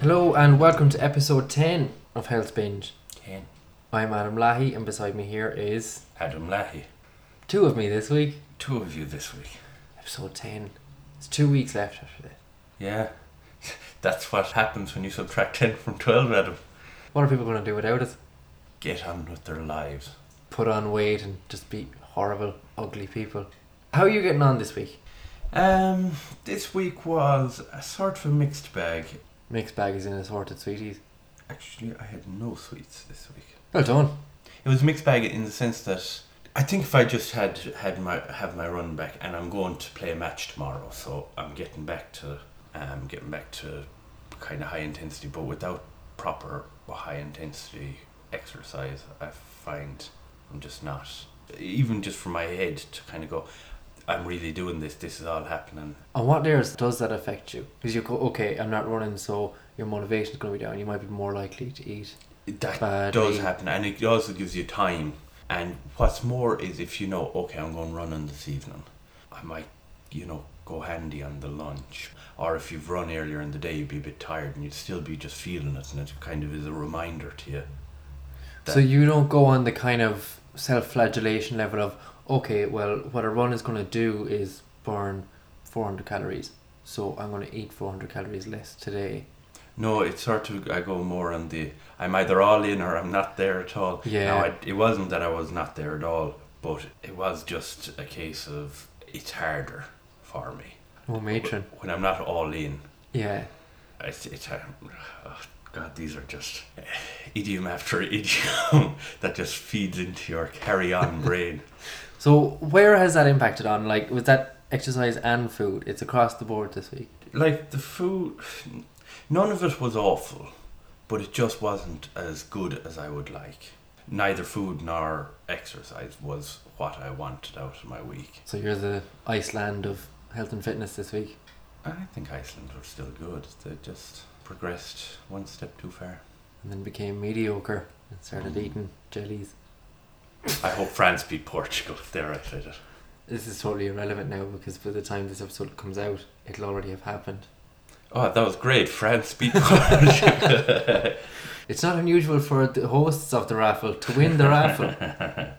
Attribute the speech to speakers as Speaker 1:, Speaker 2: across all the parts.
Speaker 1: Hello and welcome to episode 10 of Hell's Binge.
Speaker 2: Ten.
Speaker 1: I'm Adam Lahey and beside me here is
Speaker 2: Adam Lahey.
Speaker 1: two of me this week.
Speaker 2: Two of you this week.
Speaker 1: Episode 10. It's two weeks left after this.
Speaker 2: Yeah. That's what happens when you subtract 10 from 12, Adam.
Speaker 1: What are people going to do without us?
Speaker 2: Get on with their lives.
Speaker 1: Put on weight and just be horrible, ugly people. How are you getting on this week?
Speaker 2: Um, this week was a sort of a mixed bag.
Speaker 1: Mixed bag is in assorted sweeties.
Speaker 2: Actually, I had no sweets this week.
Speaker 1: Well done.
Speaker 2: It was a mixed bag in the sense that I think if I just had had my have my run back, and I'm going to play a match tomorrow, so I'm getting back to um getting back to kind of high intensity, but without proper high intensity exercise, I find I'm just not even just for my head to kind of go. I'm really doing this. This is all happening.
Speaker 1: On what layers does that affect you? Because you go, okay, I'm not running, so your motivation's going to be down. You might be more likely to eat
Speaker 2: That
Speaker 1: badly.
Speaker 2: does happen, and it also gives you time. And what's more is if you know, okay, I'm going running this evening, I might, you know, go handy on the lunch. Or if you've run earlier in the day, you'd be a bit tired, and you'd still be just feeling it, and it kind of is a reminder to you.
Speaker 1: So you don't go on the kind of self-flagellation level of okay, well, what a run is going to do is burn 400 calories, so I'm going to eat 400 calories less today.
Speaker 2: No, it's sort of I go more on the I'm either all in or I'm not there at all.
Speaker 1: Yeah.
Speaker 2: Now, I, it wasn't that I was not there at all, but it was just a case of it's harder for me
Speaker 1: Oh, matron.
Speaker 2: when I'm not all in.
Speaker 1: Yeah.
Speaker 2: It's, it's uh, oh, God, these are just idiom after idiom that just feeds into your carry on brain.
Speaker 1: So where has that impacted on? Like, was that exercise and food? It's across the board this week.
Speaker 2: Like the food, none of it was awful, but it just wasn't as good as I would like. Neither food nor exercise was what I wanted out of my week.
Speaker 1: So you're the Iceland of health and fitness this week.
Speaker 2: I think Iceland were still good. They just progressed one step too far.
Speaker 1: And then became mediocre and started
Speaker 2: Mm.
Speaker 1: eating jellies.
Speaker 2: I hope France beat Portugal if they're out at it.
Speaker 1: This is totally irrelevant now because by the time this episode comes out, it'll already have happened.
Speaker 2: Oh, that was great. France beat Portugal.
Speaker 1: It's not unusual for the hosts of the raffle to win the raffle.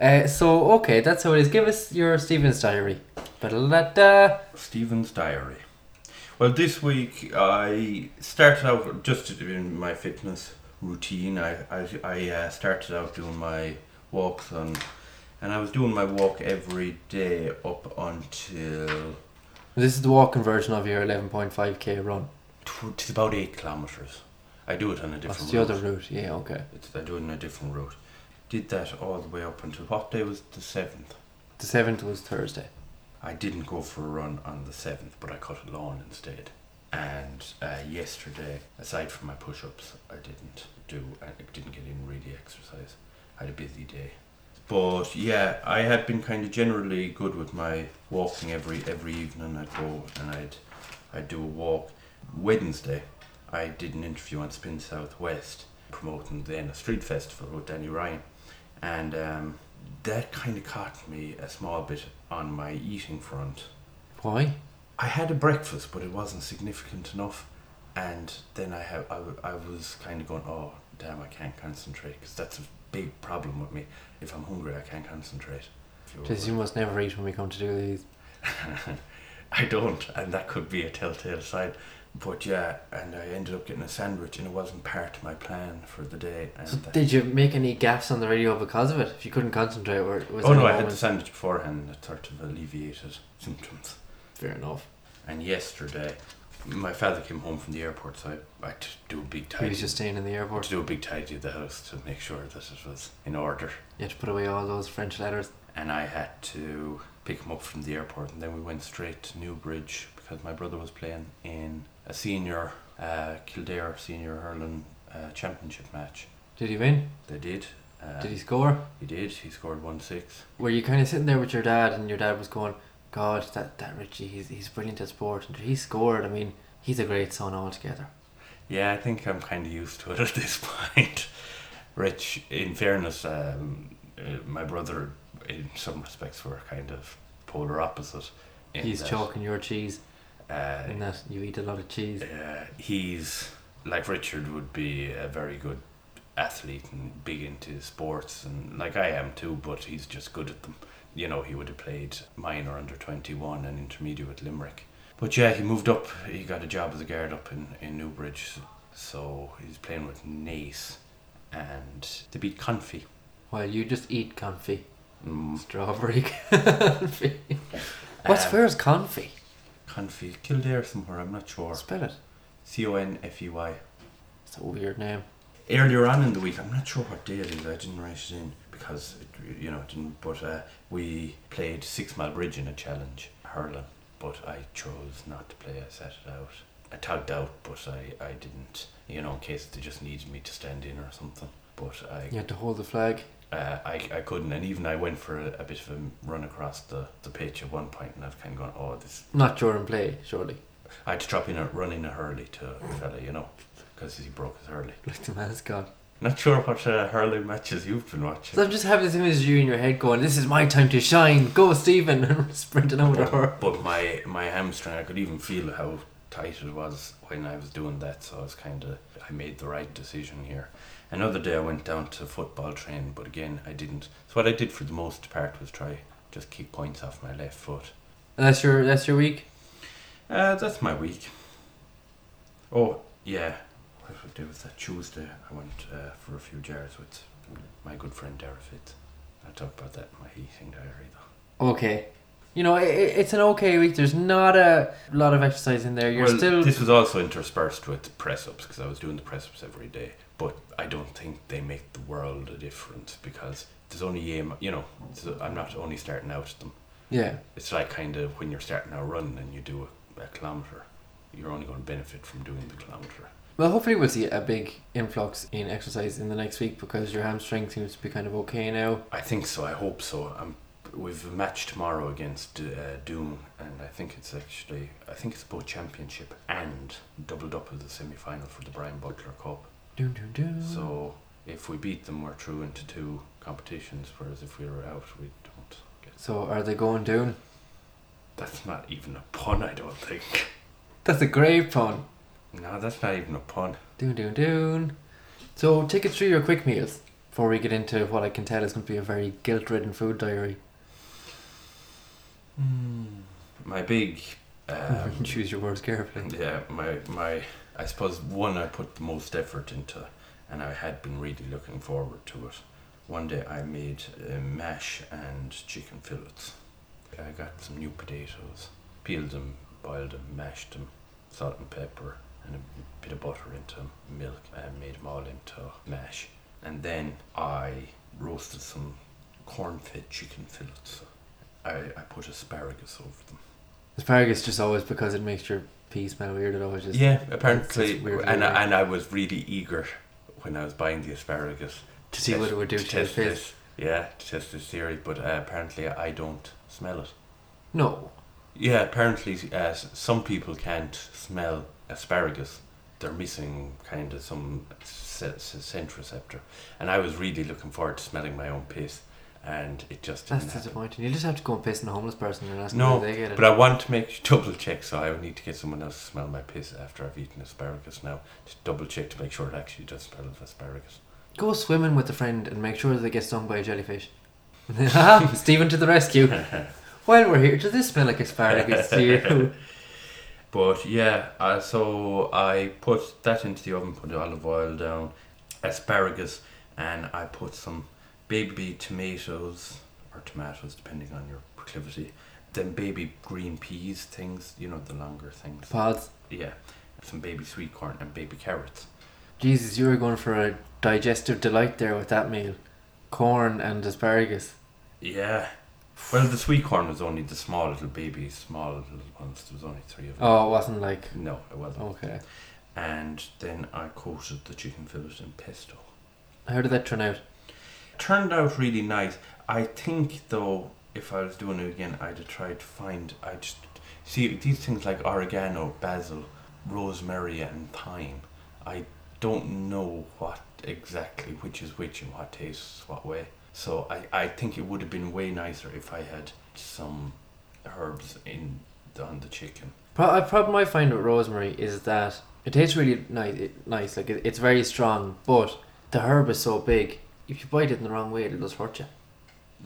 Speaker 1: Uh, so, okay, that's how it is. Give us your Stevens diary. uh, Ba-da-da-da.
Speaker 2: Stephen's diary. Well, this week I started out just in my fitness routine. I I, I uh, started out doing my walks on, and I was doing my walk every day up until
Speaker 1: This is the walking version of your 11.5k run.
Speaker 2: tw- it's about eight kilometers. I do it on a
Speaker 1: That's
Speaker 2: different
Speaker 1: the
Speaker 2: route.
Speaker 1: other route. Yeah, okay.
Speaker 2: It's, I do it on a different route. Did that all the way up until what day was the seventh?
Speaker 1: The 7th was Thursday.
Speaker 2: I didn't go for a run on the 7th, but I cut a lawn instead. And uh, yesterday, aside from my push ups, I didn't do, I didn't get in really exercise. I had a busy day. But yeah, I had been kind of generally good with my walking every every evening. I'd go and I'd, I'd do a walk. Wednesday, I did an interview on Spin Southwest, promoting then a street festival with Danny Ryan. And um, that kind of caught me a small bit on my eating front.
Speaker 1: Why?
Speaker 2: I had a breakfast, but it wasn't significant enough. And then I have I, w- I was kind of going, oh damn, I can't concentrate because that's a big problem with me. If I'm hungry, I can't concentrate.
Speaker 1: Just you must never eat when we come to do these.
Speaker 2: I don't, and that could be a telltale sign. But yeah, and I ended up getting a sandwich, and it wasn't part of my plan for the day. And uh,
Speaker 1: So
Speaker 2: that-
Speaker 1: did you make any gaffes on the radio because of it? If you couldn't concentrate, or was
Speaker 2: oh
Speaker 1: there
Speaker 2: no,
Speaker 1: a
Speaker 2: I had the
Speaker 1: moment-
Speaker 2: sandwich beforehand. That sort of alleviated symptoms.
Speaker 1: Fair enough.
Speaker 2: And yesterday, my father came home from the airport, so I, I had to do a big
Speaker 1: He
Speaker 2: tidy.
Speaker 1: was just staying in the
Speaker 2: to
Speaker 1: airport.
Speaker 2: do a big tidy of the house to make sure that it was in order.
Speaker 1: You had to put away all those French letters.
Speaker 2: And I had to pick him up from the airport, and then we went straight to Newbridge because my brother was playing in a senior uh, Kildare senior hurling uh, championship match.
Speaker 1: Did he win?
Speaker 2: They did. Uh,
Speaker 1: Did he score?
Speaker 2: He did. He scored one six.
Speaker 1: were you kind of sitting there with your dad and your dad was going god that, that richie he's, he's brilliant at sport and he scored i mean he's a great son altogether
Speaker 2: Yeah, I think I'm kind of used to it at this point. Rich, in fairness, um, uh, my brother, in some respects, were kind of polar opposite. in
Speaker 1: He's
Speaker 2: that,
Speaker 1: chalking your cheese,
Speaker 2: Uh,
Speaker 1: and that you eat a lot of cheese.
Speaker 2: uh, he's like Richard would be a very good athlete and big into sports and like I am too, but he's just good at them. You know, he would have played minor under twenty one and intermediate with Limerick. But yeah, he moved up. He got a job as a guard up in, in Newbridge, so he's playing with Nace, and they beat Confi.
Speaker 1: While you just eat confit,
Speaker 2: Mm,
Speaker 1: strawberry confit. What's
Speaker 2: um,
Speaker 1: where's confit?
Speaker 2: Confi Kildare somewhere. I'm not sure.
Speaker 1: Spell it.
Speaker 2: C O N F E Y.
Speaker 1: It's a weird name.
Speaker 2: earlier on in the week. I'm not sure what day it is. I didn't write it in because it, you know it didn't. But uh, we played six mile bridge in a challenge hurling, but I chose not to play. I set it out. I tugged out, but I, I didn't. You know, in case they just needed me to stand in or something. But I
Speaker 1: You had to hold the flag.
Speaker 2: uh, I, I couldn't, and even I went for a, a bit of a run across the, the pitch at one point, and I've kind of gone, oh, this
Speaker 1: Not during play, surely.
Speaker 2: I had to drop in a run in a hurley to a fella, you know, because he broke his hurley.
Speaker 1: Like the mascot.
Speaker 2: Not sure what uh, hurling matches you've been watching.
Speaker 1: So I'm just having this image of you in your head going, this is my time to shine. Go, Stephen. And sprinting over to her.
Speaker 2: But my my hamstring, I could even feel how tight it was when I was doing that. So I was kind of I made the right decision here. Another day I went down to football train, but again I didn't. So what I did for the most part was try just keep points off my left foot.
Speaker 1: And that's your that's your week?
Speaker 2: Uh, that's my week. Oh yeah, what did I do with that Tuesday? I went uh, for a few jars with my good friend Dara Fitz. I talked about that in my eating diary though.
Speaker 1: Okay. You know, i i- it's an okay week. There's not a lot of exercise in there. You're
Speaker 2: well,
Speaker 1: still.
Speaker 2: This was also interspersed with press ups because I was doing the press ups every day. But I don't think they make the world a difference because there's only aim. You know, so I'm not only starting out at them.
Speaker 1: Yeah.
Speaker 2: It's like kind of when you're starting out running and you do a, a kilometer, you're only going to benefit from doing the kilometer.
Speaker 1: Well, hopefully, we'll see a big influx in exercise in the next week because your hamstring seems to be kind of okay now.
Speaker 2: I think so. I hope so. Um we've a match tomorrow against uh, Doom, and I think it's actually I think it's both championship and doubled up as the semi final for the Brian Butler Cup.
Speaker 1: Dun, dun, dun.
Speaker 2: So if we beat them, we're through into two competitions, whereas if we were out, we don't get.
Speaker 1: So are they going down?
Speaker 2: That's not even a pun, I don't think.
Speaker 1: That's a great pun.
Speaker 2: No, that's not even a pun.
Speaker 1: Dun, dun, dun. So take us through your quick meals before we get into what I can tell is going to be a very guilt ridden food diary.
Speaker 2: My big. Um,
Speaker 1: Choose your words carefully.
Speaker 2: yeah, my my. I suppose one I put the most effort into, and I had been really looking forward to it. One day I made uh, mash and chicken fillets. I got some new potatoes, peeled them, boiled them, mashed them, salt and pepper, and a bit of butter into 'em, milk, and made them all into mash. And then I roasted some corn-fed chicken fillets. I, I put asparagus over them.
Speaker 1: Asparagus just always because it makes your pee smell weird. It always just.
Speaker 2: yeah,
Speaker 1: it's
Speaker 2: apparently,
Speaker 1: just weird
Speaker 2: and
Speaker 1: flavor.
Speaker 2: I, and I was really eager when I was buying the asparagus
Speaker 1: To see what it would do to your
Speaker 2: test
Speaker 1: face.
Speaker 2: this. Yeah, to test this theory, but uh, apparently I don't smell it.
Speaker 1: No.
Speaker 2: Yeah, apparently uh, s- some people can't smell asparagus. They're missing kind of some se- se- scent receptor, and I was really looking forward to smelling my own piss, and it just didn't
Speaker 1: That's
Speaker 2: happen.
Speaker 1: disappointing. You just have to go and piss on a homeless person and ask
Speaker 2: No,
Speaker 1: them if they get it.
Speaker 2: But I want to make double check, so I need to get someone else to smell my piss after I've eaten asparagus now to double check to make sure it actually does smell of asparagus.
Speaker 1: Go swimming with a friend and make sure they get stung by a jellyfish. Ah, Stephen to the rescue. While we're here, does this smell like asparagus to you?
Speaker 2: But yeah, uh, so I put that into the oven, put the olive oil down, asparagus, and I put some baby tomatoes or tomatoes, depending on your proclivity. Then baby green peas things, you know, the longer things.
Speaker 1: Pods.
Speaker 2: Yeah, some baby sweet corn and baby carrots.
Speaker 1: Jesus, you were going for a digestive delight there with that meal. Corn and asparagus.
Speaker 2: Yeah. Well, the sweet corn was only the small little baby, small little ones. There was only three of them.
Speaker 1: Oh, it wasn't like.
Speaker 2: No, it wasn't.
Speaker 1: Okay.
Speaker 2: And then I coated the chicken fillet in pesto.
Speaker 1: How did that turn out?
Speaker 2: Turned out really nice. I think though, if I was doing it again, I'd have tried to find. I just see these things like oregano, basil, rosemary, and thyme. I don't know what exactly which is which and what tastes what way. So I, I think it would have been way nicer if I had some herbs in on the chicken.
Speaker 1: Pro- a problem I find with rosemary is that it tastes really nice. It, nice, like it, it's very strong, but the herb is so big. If you bite it in the wrong way, it'll just hurt you.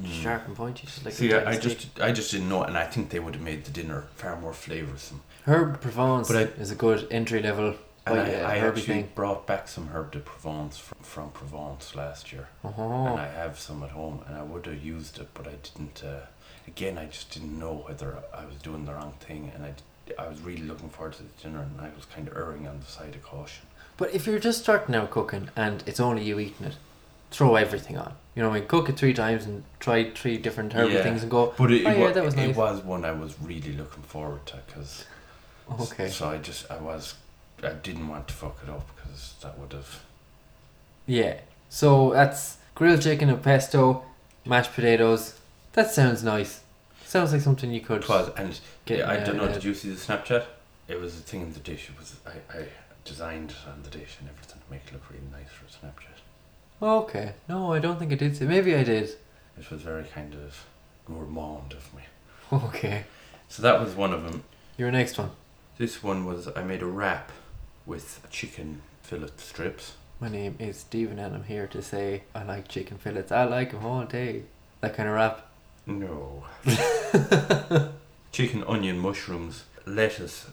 Speaker 1: It's Sharp and pointy, just like a
Speaker 2: See,
Speaker 1: tiny
Speaker 2: I, I
Speaker 1: stick.
Speaker 2: just I just didn't know, and I think they would have made the dinner far more flavoursome.
Speaker 1: herb Provence
Speaker 2: But I-
Speaker 1: is a good entry level.
Speaker 2: And
Speaker 1: bite, uh,
Speaker 2: I, I
Speaker 1: herby
Speaker 2: actually
Speaker 1: thing.
Speaker 2: brought back some herb de Provence from, from Provence last year, and
Speaker 1: Oh,
Speaker 2: I have some at home, and I would have used it, but I didn't. Uh, again, I just didn't know whether I was doing the wrong thing, and I, d- I was really looking forward to the dinner, and I was kind of erring on the side of caution.
Speaker 1: but if you're just starting out cooking and it's only you eating it, throw everything on. You know, what I mean, cook it three times and try three different herby
Speaker 2: Yeah.
Speaker 1: things and go.
Speaker 2: But it,
Speaker 1: Oh,
Speaker 2: it,
Speaker 1: yeah,
Speaker 2: wa-
Speaker 1: that was
Speaker 2: it
Speaker 1: nice.
Speaker 2: was one I was really looking forward to because.
Speaker 1: Okay.
Speaker 2: So I just I was I didn't want to fuck it up because that would have
Speaker 1: Yeah. So that's grilled chicken and pesto, mashed potatoes. That sounds nice. Sounds like something you could.
Speaker 2: It was, and
Speaker 1: Get,
Speaker 2: yeah, I
Speaker 1: uh,
Speaker 2: don't know.
Speaker 1: uh,
Speaker 2: did you see the Snapchat? It was a thing in the dish. It was I, I designed it on the dish and everything to make it look really nice for Snapchat.
Speaker 1: Okay. No, I don't think I did. Say. Maybe I did.
Speaker 2: It was very kind of gourmand of me.
Speaker 1: Okay.
Speaker 2: So that was one of them.
Speaker 1: Your next one.
Speaker 2: This one was I made a wrap with chicken fillet strips.
Speaker 1: My name is Stephen, and I'm here to say I like chicken fillets. I like them all day. That kind of wrap.
Speaker 2: No. chicken, onion, mushrooms, lettuce,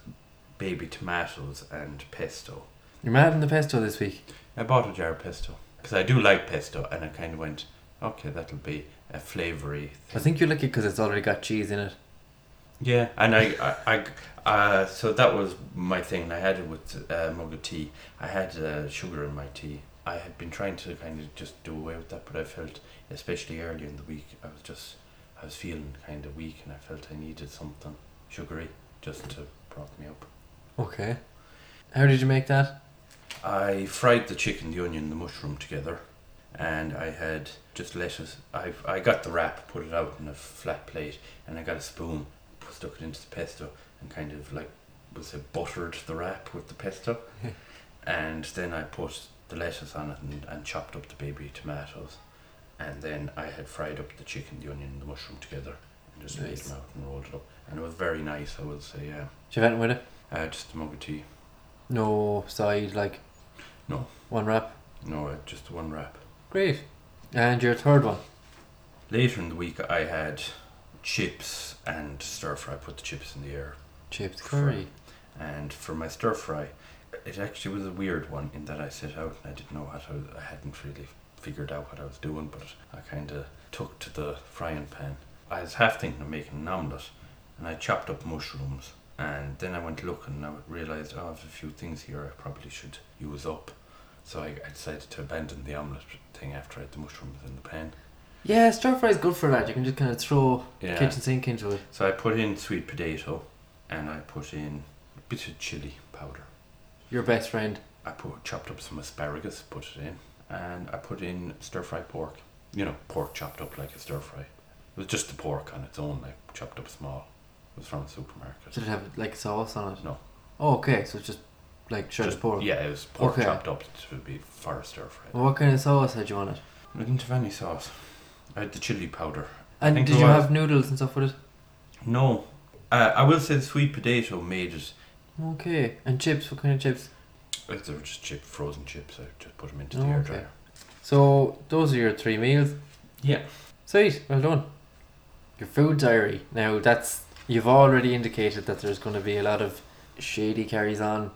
Speaker 2: baby tomatoes, and pesto.
Speaker 1: You're mad in the pesto this week.
Speaker 2: I bought a jar of pesto because I do like pesto, and I kind of went, okay, that'll be a flavoury.
Speaker 1: I
Speaker 2: Thing.
Speaker 1: think you like it because it's already got cheese in it.
Speaker 2: Yeah, and I, I, I uh, so that was my thing. and I had it with uh, mug of tea. I had uh, sugar in my tea. I had been trying to kind of just do away with that, but I felt, especially early in the week, I was just, I was feeling kind of weak, and I felt I needed something sugary just to prop me up.
Speaker 1: Okay. How did you make that?
Speaker 2: I fried the chicken, the onion, the mushroom together, and I had just lettuce. I I got the wrap, put it out in a flat plate, and I got a spoon, put- stuck it into the pesto, and kind of like was it buttered the wrap with the pesto,
Speaker 1: Yeah.
Speaker 2: and then I put the lettuce on it and, and chopped up the baby tomatoes, and then I had fried up the chicken, the onion, and the mushroom together, and just laid
Speaker 1: Nice.
Speaker 2: them out and rolled it up, and it was very nice. I would say, yeah,
Speaker 1: Did you have anything with it?
Speaker 2: uh, just a mug of tea.
Speaker 1: No side, like.
Speaker 2: No.
Speaker 1: One wrap.
Speaker 2: No, uh, just one wrap.
Speaker 1: Great. And your third one.
Speaker 2: Later in the week, I had chips and stir fry. Put the chips in the air,
Speaker 1: Chips
Speaker 2: Fry.
Speaker 1: curry.
Speaker 2: and for my stir fry, it actually was a weird one in that I set out and I didn't know what I, was, I hadn't really figured out what I was doing, but I kind of took to the frying pan. I was half thinking of making an omelette, and I chopped up mushrooms, and then I went looking and I realized oh, I have a few things here I probably should use up. So I, I decided to abandon the omelette thing after I had the mushrooms in the pan.
Speaker 1: Yeah, stir fry is good for that. You can just kind of throw
Speaker 2: Yeah.
Speaker 1: kitchen sink into it.
Speaker 2: So I put in sweet potato and I put in a bit of chili powder.
Speaker 1: Your best friend.
Speaker 2: I put chopped up some asparagus, put it in, and I put in stir fried pork. You know, pork chopped up like a stir fry. It was just the pork on its own, like chopped up small. It was from the supermarket.
Speaker 1: Did it have like sauce on it?
Speaker 2: No.
Speaker 1: Oh, okay. So it's just like shredded
Speaker 2: Just-
Speaker 1: pork.
Speaker 2: Yeah, it was pork
Speaker 1: Okay.
Speaker 2: chopped up to be for a stir fry.
Speaker 1: Well, what kind of sauce had you on it?
Speaker 2: I didn't have any sauce. I had the chili powder.
Speaker 1: And
Speaker 2: think
Speaker 1: did
Speaker 2: it
Speaker 1: you
Speaker 2: was-
Speaker 1: have noodles and stuff with it?
Speaker 2: No, uh, I will say the sweet potato made it.
Speaker 1: Okay. And chips. What kind of chips?
Speaker 2: Like they were just chip, frozen chips. I just put them into
Speaker 1: Oh,
Speaker 2: the air
Speaker 1: okay.
Speaker 2: dryer.
Speaker 1: So those are your three meals.
Speaker 2: Yeah.
Speaker 1: Sweet. Well done. Your food diary. Now that's you've already indicated that there's going to be a lot of shady carries on.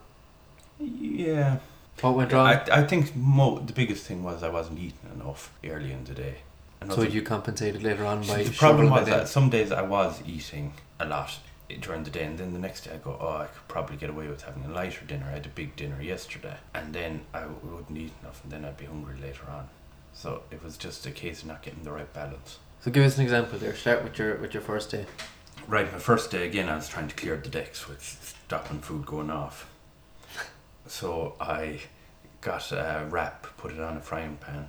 Speaker 2: Yeah.
Speaker 1: What went wrong?
Speaker 2: I, I think mo- the biggest thing was I wasn't eating enough early in the day. And
Speaker 1: so
Speaker 2: also-
Speaker 1: you compensated later on by
Speaker 2: the problem
Speaker 1: shoveling
Speaker 2: was
Speaker 1: it in.
Speaker 2: that some days I was eating a lot during the day, and then the next day I go, oh, I could probably get away with having a lighter dinner. I had a big dinner yesterday, and then I w- wouldn't eat enough, and then I'd be hungry later on. So it was just a case of not getting the right balance.
Speaker 1: So give us an example there. Start with your with your first day.
Speaker 2: Right, my first day again, I was trying to clear the decks with stopping food going off. So I got a wrap, put it on a frying pan,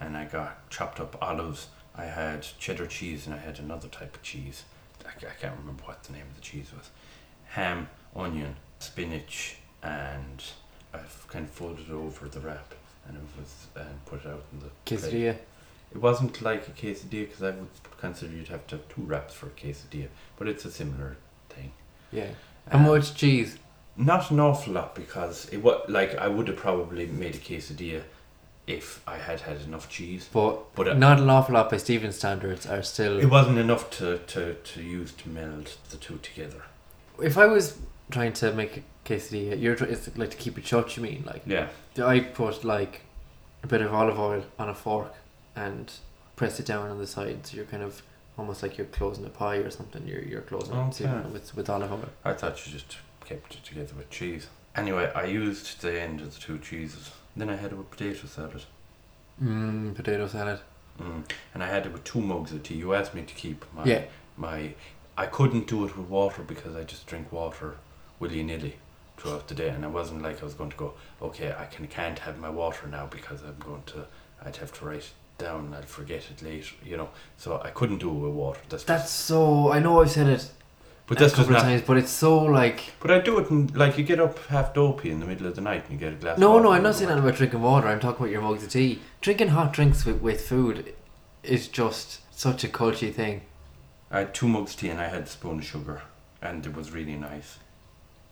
Speaker 2: and I got chopped up olives. I had cheddar cheese and I had another type of cheese. I, ca- I can't remember what the name of the cheese was. Ham, onion, spinach, and I've kind of folded it over the wrap and it was and put it out in the plate.
Speaker 1: Quesadilla.
Speaker 2: It wasn't like a quesadilla because I would consider you'd have to have two wraps for a quesadilla, but it's a similar thing.
Speaker 1: Yeah. And
Speaker 2: Um,
Speaker 1: much cheese?
Speaker 2: Not an awful lot because it was like I would have probably made a quesadilla if I had had enough cheese,
Speaker 1: But
Speaker 2: but uh,
Speaker 1: not an awful lot by Stephen standards are still.
Speaker 2: it wasn't enough to, to, to use to meld the two together.
Speaker 1: if I was trying to make a quesadilla, you're tr- it's like to keep it short. You mean like
Speaker 2: Yeah,
Speaker 1: I put like a bit of olive oil on a fork and press it down on the side, so you're kind of almost like you're closing a pie or something. You're you're closing it
Speaker 2: Okay.
Speaker 1: to- with with olive oil.
Speaker 2: I thought you just kept it together with cheese. Anyway, I used the end of the two cheeses. Then I had it with potato salad.
Speaker 1: Mmm, potato salad.
Speaker 2: Mm. And I had it with two mugs of tea. You asked me to keep my
Speaker 1: Yeah.
Speaker 2: my. I couldn't do it with water because I just drink water willy nilly throughout the day, and I wasn't like I was going to go. Okay, I can can't have my water now because I'm going to. I'd have to write it down. and I'd forget it later, you know. So I couldn't do it with water. That's just-
Speaker 1: That's so. I know I've said it
Speaker 2: but
Speaker 1: a
Speaker 2: that's just
Speaker 1: couple of
Speaker 2: not.
Speaker 1: times, but it's so like.
Speaker 2: But I do it in, like you get up half dopey in the middle of the night and you get a glass.
Speaker 1: No,
Speaker 2: of
Speaker 1: no,
Speaker 2: water
Speaker 1: I'm not
Speaker 2: and
Speaker 1: saying
Speaker 2: go,
Speaker 1: that about drinking water. I'm talking about your mugs of tea. Drinking hot drinks with, with food is just such a culty thing.
Speaker 2: I had two mugs tea and I had a spoon of sugar, and it was really nice.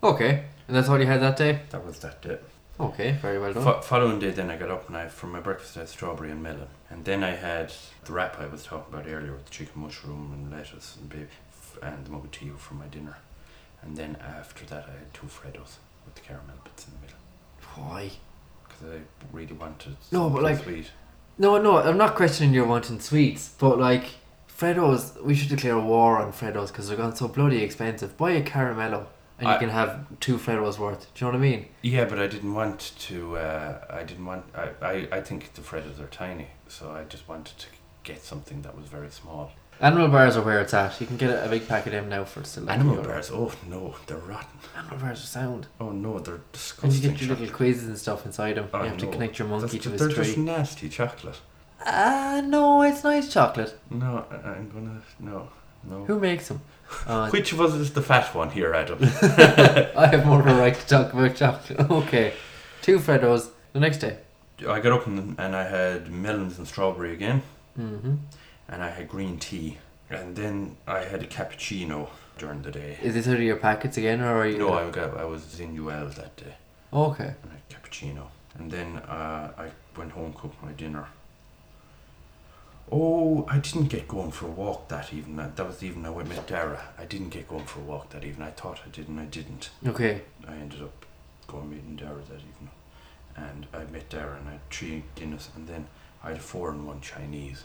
Speaker 1: Okay, and that's all you had that day.
Speaker 2: That was that day.
Speaker 1: Okay, very well done.
Speaker 2: Fo- following day, then I got up and I, for my breakfast, I had strawberry and melon. And then I had the wrap I was talking about earlier with chicken mushroom and lettuce and baby, and the mug of tea for my dinner. And then after that, I had two Freddos with the caramel bits in the middle
Speaker 1: Why?
Speaker 2: because I really wanted
Speaker 1: No, but
Speaker 2: something
Speaker 1: like-
Speaker 2: sweet.
Speaker 1: No, no, I'm not questioning your wanting sweets, but like Freddos, we should declare war on Freddos because they're gone so bloody expensive. Buy a caramello, and
Speaker 2: I-
Speaker 1: you can have two Freddos worth. Do you know what I mean?
Speaker 2: Yeah, but I didn't want to. Uh, I didn't want. I, I, I think the Freddos are tiny, so I just wanted to get something that was very small.
Speaker 1: Animal bars are where it's at. You can get a, a big pack of them now for still like
Speaker 2: Animal
Speaker 1: a euro.
Speaker 2: bears. Oh no, they're rotten.
Speaker 1: Animal bars are sound.
Speaker 2: Oh no, they're
Speaker 1: And you
Speaker 2: disgusting.
Speaker 1: get your little quizzes and stuff inside them.
Speaker 2: Oh,
Speaker 1: you have to
Speaker 2: no.
Speaker 1: connect your monkey
Speaker 2: That's-
Speaker 1: to
Speaker 2: they're
Speaker 1: his
Speaker 2: just
Speaker 1: tree.
Speaker 2: nasty chocolate.
Speaker 1: Ah, no, it's nice chocolate.
Speaker 2: No, I- I'm gonna no, no.
Speaker 1: Who makes them? Uh,
Speaker 2: Which of us is the fat one here, Adam?
Speaker 1: I have more of a right to talk about chocolate. Okay, two Freddos the next day.
Speaker 2: I got up and, and I had melons and strawberry again,
Speaker 1: hmm
Speaker 2: and I had green tea, and then I had a cappuccino during the day.
Speaker 1: Is this out of your packets again, or are you? Oh,
Speaker 2: No, I got I was in UL that day,
Speaker 1: Okay.
Speaker 2: and I had cappuccino, and then uh, I went home cooked my dinner. Oh, I didn't get going for a walk that evening. That that was the evening I went with Dara. I didn't get going for a walk that evening. I thought I did, and I didn't.
Speaker 1: Okay.
Speaker 2: I ended up going meeting Dara that evening, and I met Dara and I had three dinners, and then I had a four and one Chinese.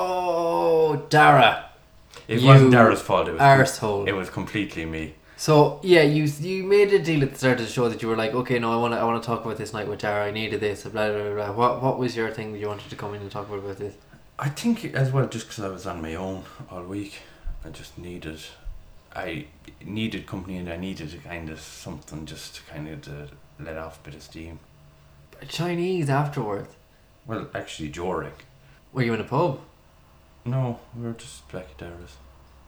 Speaker 1: Oh, Dara,
Speaker 2: It
Speaker 1: You
Speaker 2: wasn't Dara's fault. It was it
Speaker 1: arsehole.
Speaker 2: was completely me.
Speaker 1: So yeah, you you made a deal at the start of the show that you were like, okay, no, I want to I want to talk about this night with Dara. I needed this. Blah blah blah. blah. What what was your thing that you wanted to come in and talk about about this?
Speaker 2: I think as well, just because I was on my own all week, I just needed, I needed company and I needed a kind of something just to kind of to let off a bit of steam.
Speaker 1: Chinese afterwards.
Speaker 2: Well, actually, during.
Speaker 1: Were you in a pub?
Speaker 2: No, we were just back at Dara's.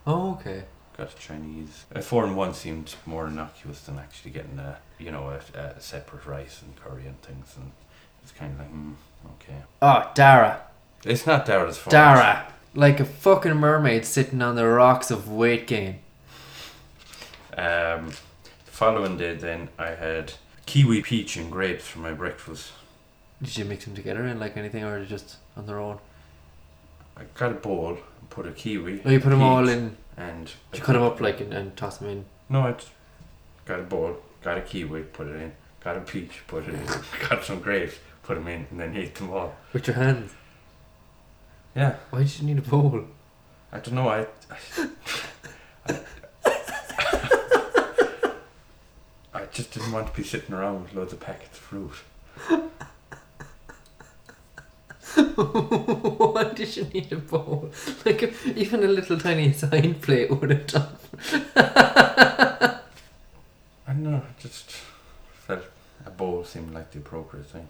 Speaker 1: Oh, okay.
Speaker 2: Got a Chinese. A four and one seemed more innocuous than actually getting a you know a, a separate rice and curry and things, and it's kind of like mm, okay.
Speaker 1: Oh, Dara,
Speaker 2: It's not Dara's fault.
Speaker 1: Dara, like a fucking mermaid sitting on the rocks of weight gain.
Speaker 2: Um, the following day, then I had kiwi peach and grapes for my breakfast.
Speaker 1: Did you mix them together and like anything, or just on their own?
Speaker 2: I got a bowl and put a kiwi.
Speaker 1: Oh, you put them all
Speaker 2: peach,
Speaker 1: in.
Speaker 2: And
Speaker 1: You cut them up like and, and toss them in.
Speaker 2: No, I just got a bowl, got a kiwi, put it in, got a peach, put it in, got some grapes, put them in, and then ate them all.
Speaker 1: With your hands.
Speaker 2: Yeah.
Speaker 1: Why did you need a bowl?
Speaker 2: I don't know. I. I, I just didn't want to be sitting around with loads of packets of fruit.
Speaker 1: Why did you need a bowl? Like even a little tiny sign plate would have done.
Speaker 2: I don't know. I just felt a bowl seemed like the appropriate thing.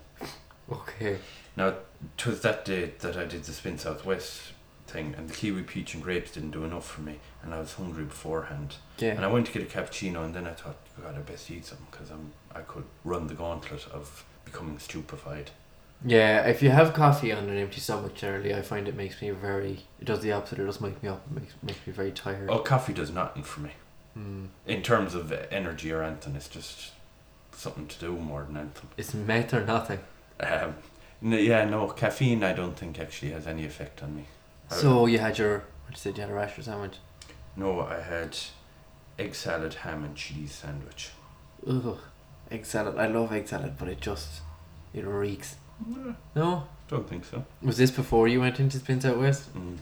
Speaker 1: Okay.
Speaker 2: Now, 'twas that day that I did the Spin Southwest thing, and the kiwi peach and grapes didn't do enough for me, and I was hungry beforehand. And
Speaker 1: Yeah.
Speaker 2: I went to get a cappuccino, and then I thought, God, I best eat some because I'm I could run the gauntlet of becoming stupefied.
Speaker 1: Yeah, if you have coffee on an empty stomach generally, I find it makes me very it does the opposite, it does wake me up, it makes makes me very tired.
Speaker 2: Oh, coffee does nothing for me
Speaker 1: Mm.
Speaker 2: in terms of energy or anything. It's just something to do more than anything.
Speaker 1: It's meth or nothing.
Speaker 2: Um, n- yeah, no, caffeine I don't think actually has any effect on me. I-
Speaker 1: So you had your what you said you had a rasher sandwich.
Speaker 2: No, I had egg salad, ham and cheese sandwich.
Speaker 1: Ugh. Egg salad. I love egg salad, but it just it reeks. No?
Speaker 2: Don't think so.
Speaker 1: Was this before you went into Spins Out West?
Speaker 2: Mm.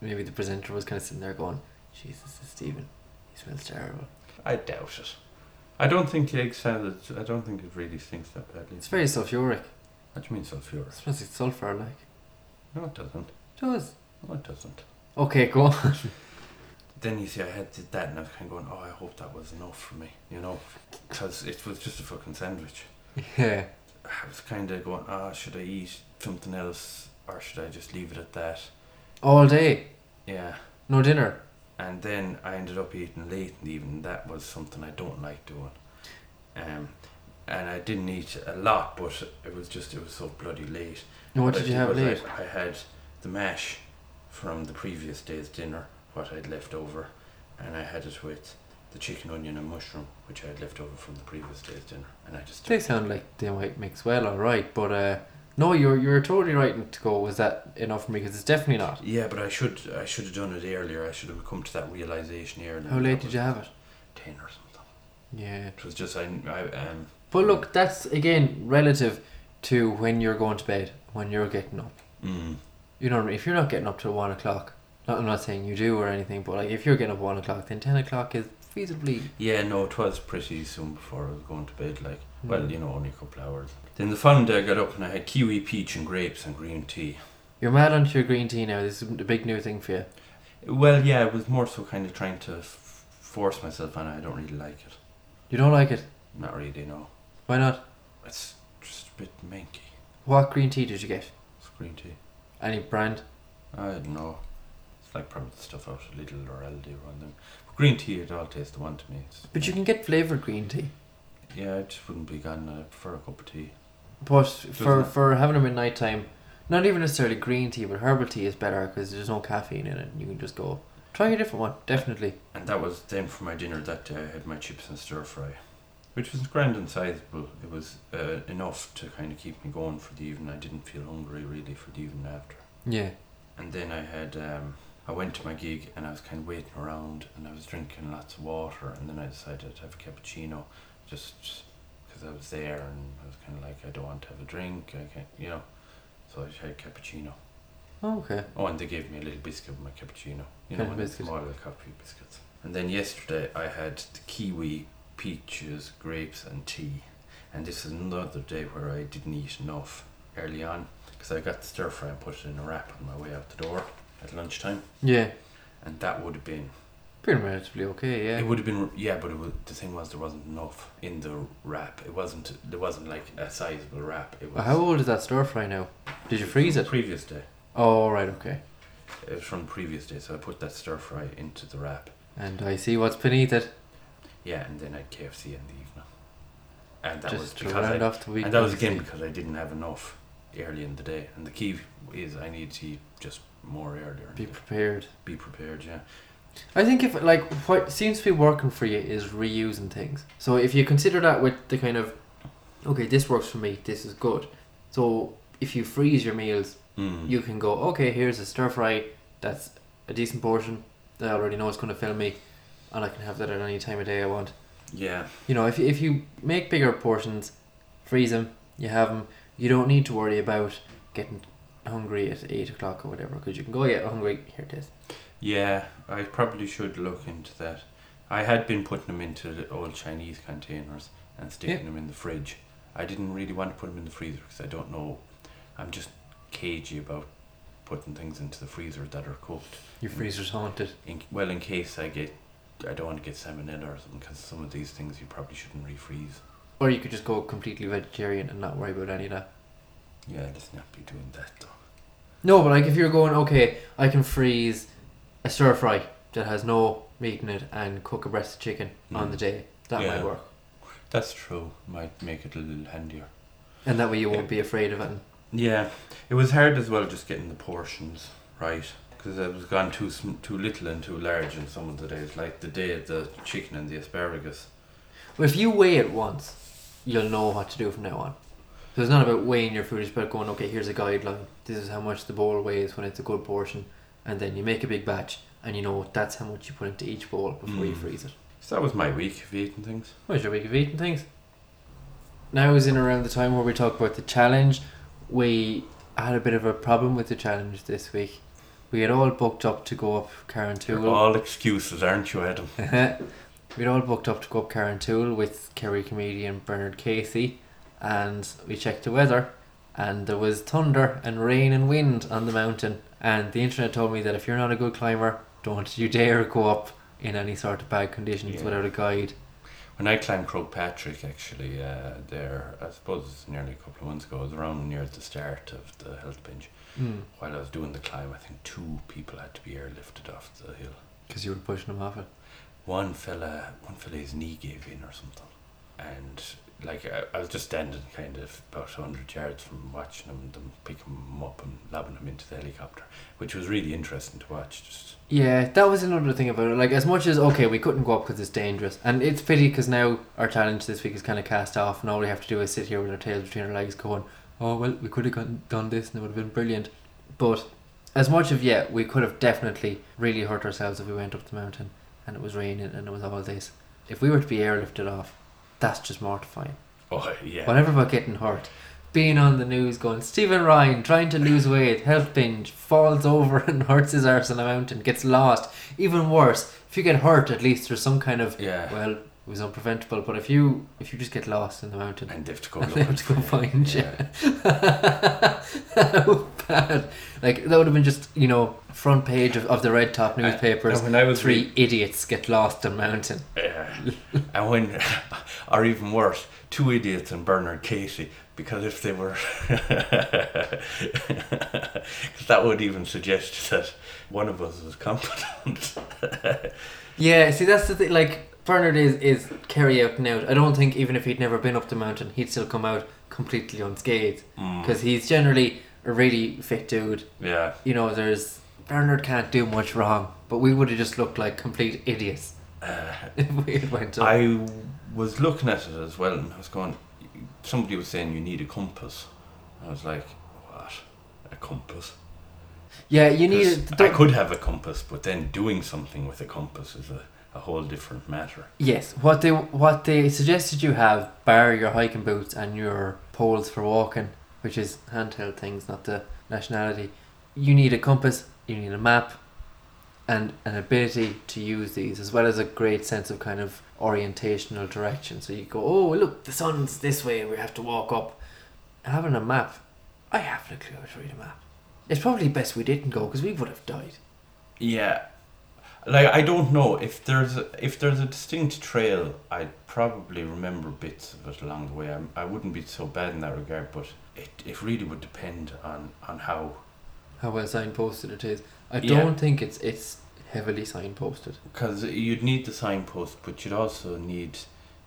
Speaker 1: Maybe the presenter was kind of sitting there going, Jesus, this is Stephen. He smells terrible.
Speaker 2: I doubt it. I don't think the egg salad. I don't think it really stinks that badly.
Speaker 1: It's very sulfuric.
Speaker 2: What do you mean
Speaker 1: It
Speaker 2: sulfurous?
Speaker 1: smells like sulfur, like.
Speaker 2: No, it doesn't.
Speaker 1: It does.
Speaker 2: No, it doesn't.
Speaker 1: Okay, go on.
Speaker 2: Then you see, I had did that, and I was kind of going, "Oh, I hope that was enough for me," you know, because it was just a fucking sandwich.
Speaker 1: Yeah.
Speaker 2: I was kind of going, "Ah, should I eat something else, or should I just leave it at that?"
Speaker 1: All day.
Speaker 2: Yeah.
Speaker 1: No dinner.
Speaker 2: And then I ended up eating late in the evening. That was something I don't like doing. Um, and I didn't eat a lot, but it was just it was so bloody late.
Speaker 1: And what
Speaker 2: I
Speaker 1: did you
Speaker 2: did
Speaker 1: have
Speaker 2: was
Speaker 1: late?
Speaker 2: I, I had the mash from the previous day's dinner, what I'd left over, and I had it with the chicken, onion, and mushroom, which I had left over from the previous day's dinner, and I just
Speaker 1: They sound like they might mix well, alright, but uh, no, you're, you're totally right to go. Was that enough for me? Because it's definitely not.
Speaker 2: yeah, but I should I should have done it earlier. I should have come to that realization earlier.
Speaker 1: How late did you have it?
Speaker 2: Ten or something.
Speaker 1: Yeah.
Speaker 2: It was just I, I um.
Speaker 1: But look, that's again relative to when you're going to bed, when you're getting up.
Speaker 2: Mm,
Speaker 1: You know what I mean? If you're not getting up till one o'clock, not, I'm not saying you do or anything, but like if you're getting up one o'clock, then ten o'clock is feasibly.
Speaker 2: yeah, no, it was pretty soon before I was going to bed. Like,
Speaker 1: Hmm.
Speaker 2: well, you know, only a couple hours. Then the following day, I got up and I had kiwi, peach, and grapes and green tea.
Speaker 1: you're mad onto your green tea now. This is a big new thing for you.
Speaker 2: Well, yeah, it was more so kind of trying to f- force myself on it. I don't really like it.
Speaker 1: You don't like it?
Speaker 2: Not really, no.
Speaker 1: Why not?
Speaker 2: It's just a bit manky.
Speaker 1: What green tea did you get?
Speaker 2: It's green tea.
Speaker 1: Any brand?
Speaker 2: I don't know. It's like probably the stuff out of Lidl or Aldi or one of them. But green tea, it all tastes the one to me. It's,
Speaker 1: But you can get flavored green tea.
Speaker 2: Yeah, it just wouldn't be gone. I prefer a cup of tea.
Speaker 1: But for
Speaker 2: it?
Speaker 1: for having them at night time, not even necessarily green tea, but herbal tea is better because there's no caffeine in it. and You can just go try a different one. Definitely.
Speaker 2: And that was then for my dinner that day. I had my chips and stir fry, which was grand and sizable. It was uh, enough to kind of keep me going for the evening. I didn't feel hungry really for the evening after.
Speaker 1: Yeah.
Speaker 2: And then I had, um, I went to my gig and I was kind of waiting around and I was drinking lots of water. And then I decided to have a cappuccino just because I was there and I was kind of like, I don't want to have a drink. I can't, you know. So I had a cappuccino.
Speaker 1: Okay.
Speaker 2: Oh, and they gave me a little biscuit with my cappuccino. You
Speaker 1: Kind of
Speaker 2: know, one of the
Speaker 1: biscuit.
Speaker 2: small little coffee biscuits. And then yesterday I had the kiwi, peaches, grapes, and tea. And this is another day where I didn't eat enough early on because I got the stir fry and put it in a wrap on my way out the door at lunchtime.
Speaker 1: Yeah.
Speaker 2: And that would have been,
Speaker 1: Pretty relatively okay. Yeah.
Speaker 2: it would have been, yeah, but it was, the thing was there wasn't enough in the wrap. It wasn't, there wasn't like a sizable wrap. It was.
Speaker 1: How old is that stir fry now? Did you freeze it?
Speaker 2: Previous day.
Speaker 1: Oh, right, okay.
Speaker 2: It was from the previous day, so I put that stir fry into the wrap.
Speaker 1: And I see what's beneath it.
Speaker 2: Yeah, and then I had KFC in the evening. And that was
Speaker 1: just to
Speaker 2: because
Speaker 1: round
Speaker 2: I,
Speaker 1: off the week.
Speaker 2: and that was again
Speaker 1: obviously.
Speaker 2: because I didn't have enough early in the day. And the key is I need to eat just more earlier. in
Speaker 1: Be
Speaker 2: the day.
Speaker 1: prepared.
Speaker 2: be prepared, yeah.
Speaker 1: I think if like what seems to be working for you is reusing things. So if you consider that with the kind of, okay, this works for me. This is good. So if you freeze your meals,
Speaker 2: Mm.
Speaker 1: you can go, okay, here's a stir fry. That's a decent portion. that I already know it's going to fill me, and I can have that at any time of day I want.
Speaker 2: yeah,
Speaker 1: you know, if you, if you make bigger portions, freeze them, you have them, you don't need to worry about getting hungry at 8 o'clock or whatever, because you can go get hungry, here it is.
Speaker 2: yeah. I probably should look into that. I had been putting them into the old Chinese containers and sticking
Speaker 1: Yeah.
Speaker 2: them in the fridge. I didn't really want to put them in the freezer because I don't know. I'm just cagey about putting things into the freezer that are cooked.
Speaker 1: Your freezer's haunted.
Speaker 2: in, well in case I get I don't want to get salmonella or something because some of these things you probably shouldn't refreeze.
Speaker 1: Or you could just go completely vegetarian and not worry about any of that.
Speaker 2: Yeah, let's not be doing that though.
Speaker 1: No, but like if you're going, okay, I can freeze a stir fry that has no meat in it and cook a breast of chicken on
Speaker 2: Mm.
Speaker 1: the day. That
Speaker 2: Yeah.
Speaker 1: might work,
Speaker 2: That's true. Might make it a little handier.
Speaker 1: and that way you won't be afraid of it.
Speaker 2: Yeah, it was hard as well just getting the portions right because I was gone too sm- too little and too large in some of the days. Like the day of the chicken and the asparagus.
Speaker 1: Well, if you weigh it once, you'll know what to do from now on. So it's not about weighing your food; it's about going, okay, here's a guideline. This is how much the bowl weighs when it's a good portion, and then you make a big batch, and you know that's how much you put into each bowl before you
Speaker 2: Mm.
Speaker 1: freeze it.
Speaker 2: So that was my week of eating things.
Speaker 1: Where's your week of eating things? Now is in around the time where we talk about the challenge. We had a bit of a problem with the challenge this week. We had all booked up to go up
Speaker 2: You're
Speaker 1: Carantoul.
Speaker 2: all excuses, aren't you, Adam?
Speaker 1: We'd all booked up to go up Carantoul with Kerry comedian Bernard Casey, and we checked the weather, and there was thunder and rain and wind on the mountain. And the internet told me that if you're not a good climber, don't you dare go up in any sort of bad conditions
Speaker 2: Yeah.
Speaker 1: without a guide.
Speaker 2: When I climbed Croagh-Patrick, actually, uh, there, I suppose it's nearly a couple of months ago, it was around near the start of the health binge.
Speaker 1: Mm.
Speaker 2: While I was doing the climb, I think two people had to be airlifted off the hill.
Speaker 1: Because you were pushing him off it.
Speaker 2: One fella, one fella, his knee gave in or something, and like I, I was just standing kind of about hundred yards from watching them, them pick him up and lobbing him into the helicopter, which was really interesting to watch. Just
Speaker 1: Yeah, that was another thing about it. Like, as much as, okay, we couldn't go up because it's dangerous. And it's pity because now our challenge this week is kind of cast off, and all we have to do is sit here with our tails between our legs going, oh, well, we could have gone, done this and it would have been brilliant. But as much of, yeah, we could have definitely really hurt ourselves if we went up the mountain and it was raining and it was all this. If we were to be airlifted off, that's just mortifying.
Speaker 2: oh yeah,
Speaker 1: Whatever about getting hurt, being on the news going, Stephen Ryan trying to lose weight, health binge, falls over and hurts his arse on a mountain, gets lost. Even worse, if you get hurt, at least there's some kind of
Speaker 2: yeah,
Speaker 1: well, it was unpreventable. But if you if you just get lost in the mountain,
Speaker 2: and they have to go
Speaker 1: and
Speaker 2: look
Speaker 1: they have to go
Speaker 2: for you.
Speaker 1: find you.
Speaker 2: Yeah.
Speaker 1: How bad! Like that would have been just you know front page of, of the red top
Speaker 2: And-
Speaker 1: newspapers.
Speaker 2: and when I was
Speaker 1: Three idiots get lost on mountain.
Speaker 2: Yeah. Uh, and when, or even worse, two idiots and Bernard Casey, because if they were, because that would even suggest that one of us was competent.
Speaker 1: Yeah, see that's the thing. Like Bernard is is carry out and out. I don't think even if he'd never been up the mountain, he'd still come out completely unscathed
Speaker 2: Mm,
Speaker 1: because he's generally a really fit dude.
Speaker 2: yeah,
Speaker 1: You know, there's Bernard can't do much wrong, but we would have just looked like complete idiots
Speaker 2: uh,
Speaker 1: if we had went up.
Speaker 2: I was looking at it as well, and I was going. Somebody was saying you need a compass. I was like, what? A compass?
Speaker 1: yeah, you need.
Speaker 2: 'Cause
Speaker 1: it-
Speaker 2: I
Speaker 1: don't-
Speaker 2: could have a compass, but then doing something with a compass is a, a whole different matter.
Speaker 1: Yes, what they what they suggested you have bar your hiking boots and your poles for walking, which is handheld things, not the nationality. You need a compass, you need a map, and an ability to use these, as well as a great sense of kind of orientational direction. So you go, oh look, the sun's this way, we have to walk up. Having a map, I have no clue how to read a map. It's probably best we didn't go because we would have died.
Speaker 2: Yeah, like I don't know if there's a, if there's a distinct trail, I'd probably remember bits of it along the way. I'm, I wouldn't be so bad in that regard, but it, it really would depend on on how
Speaker 1: How well signposted it is. I
Speaker 2: Yeah.
Speaker 1: don't think it's it's heavily signposted.
Speaker 2: because you'd need the signpost, but you'd also need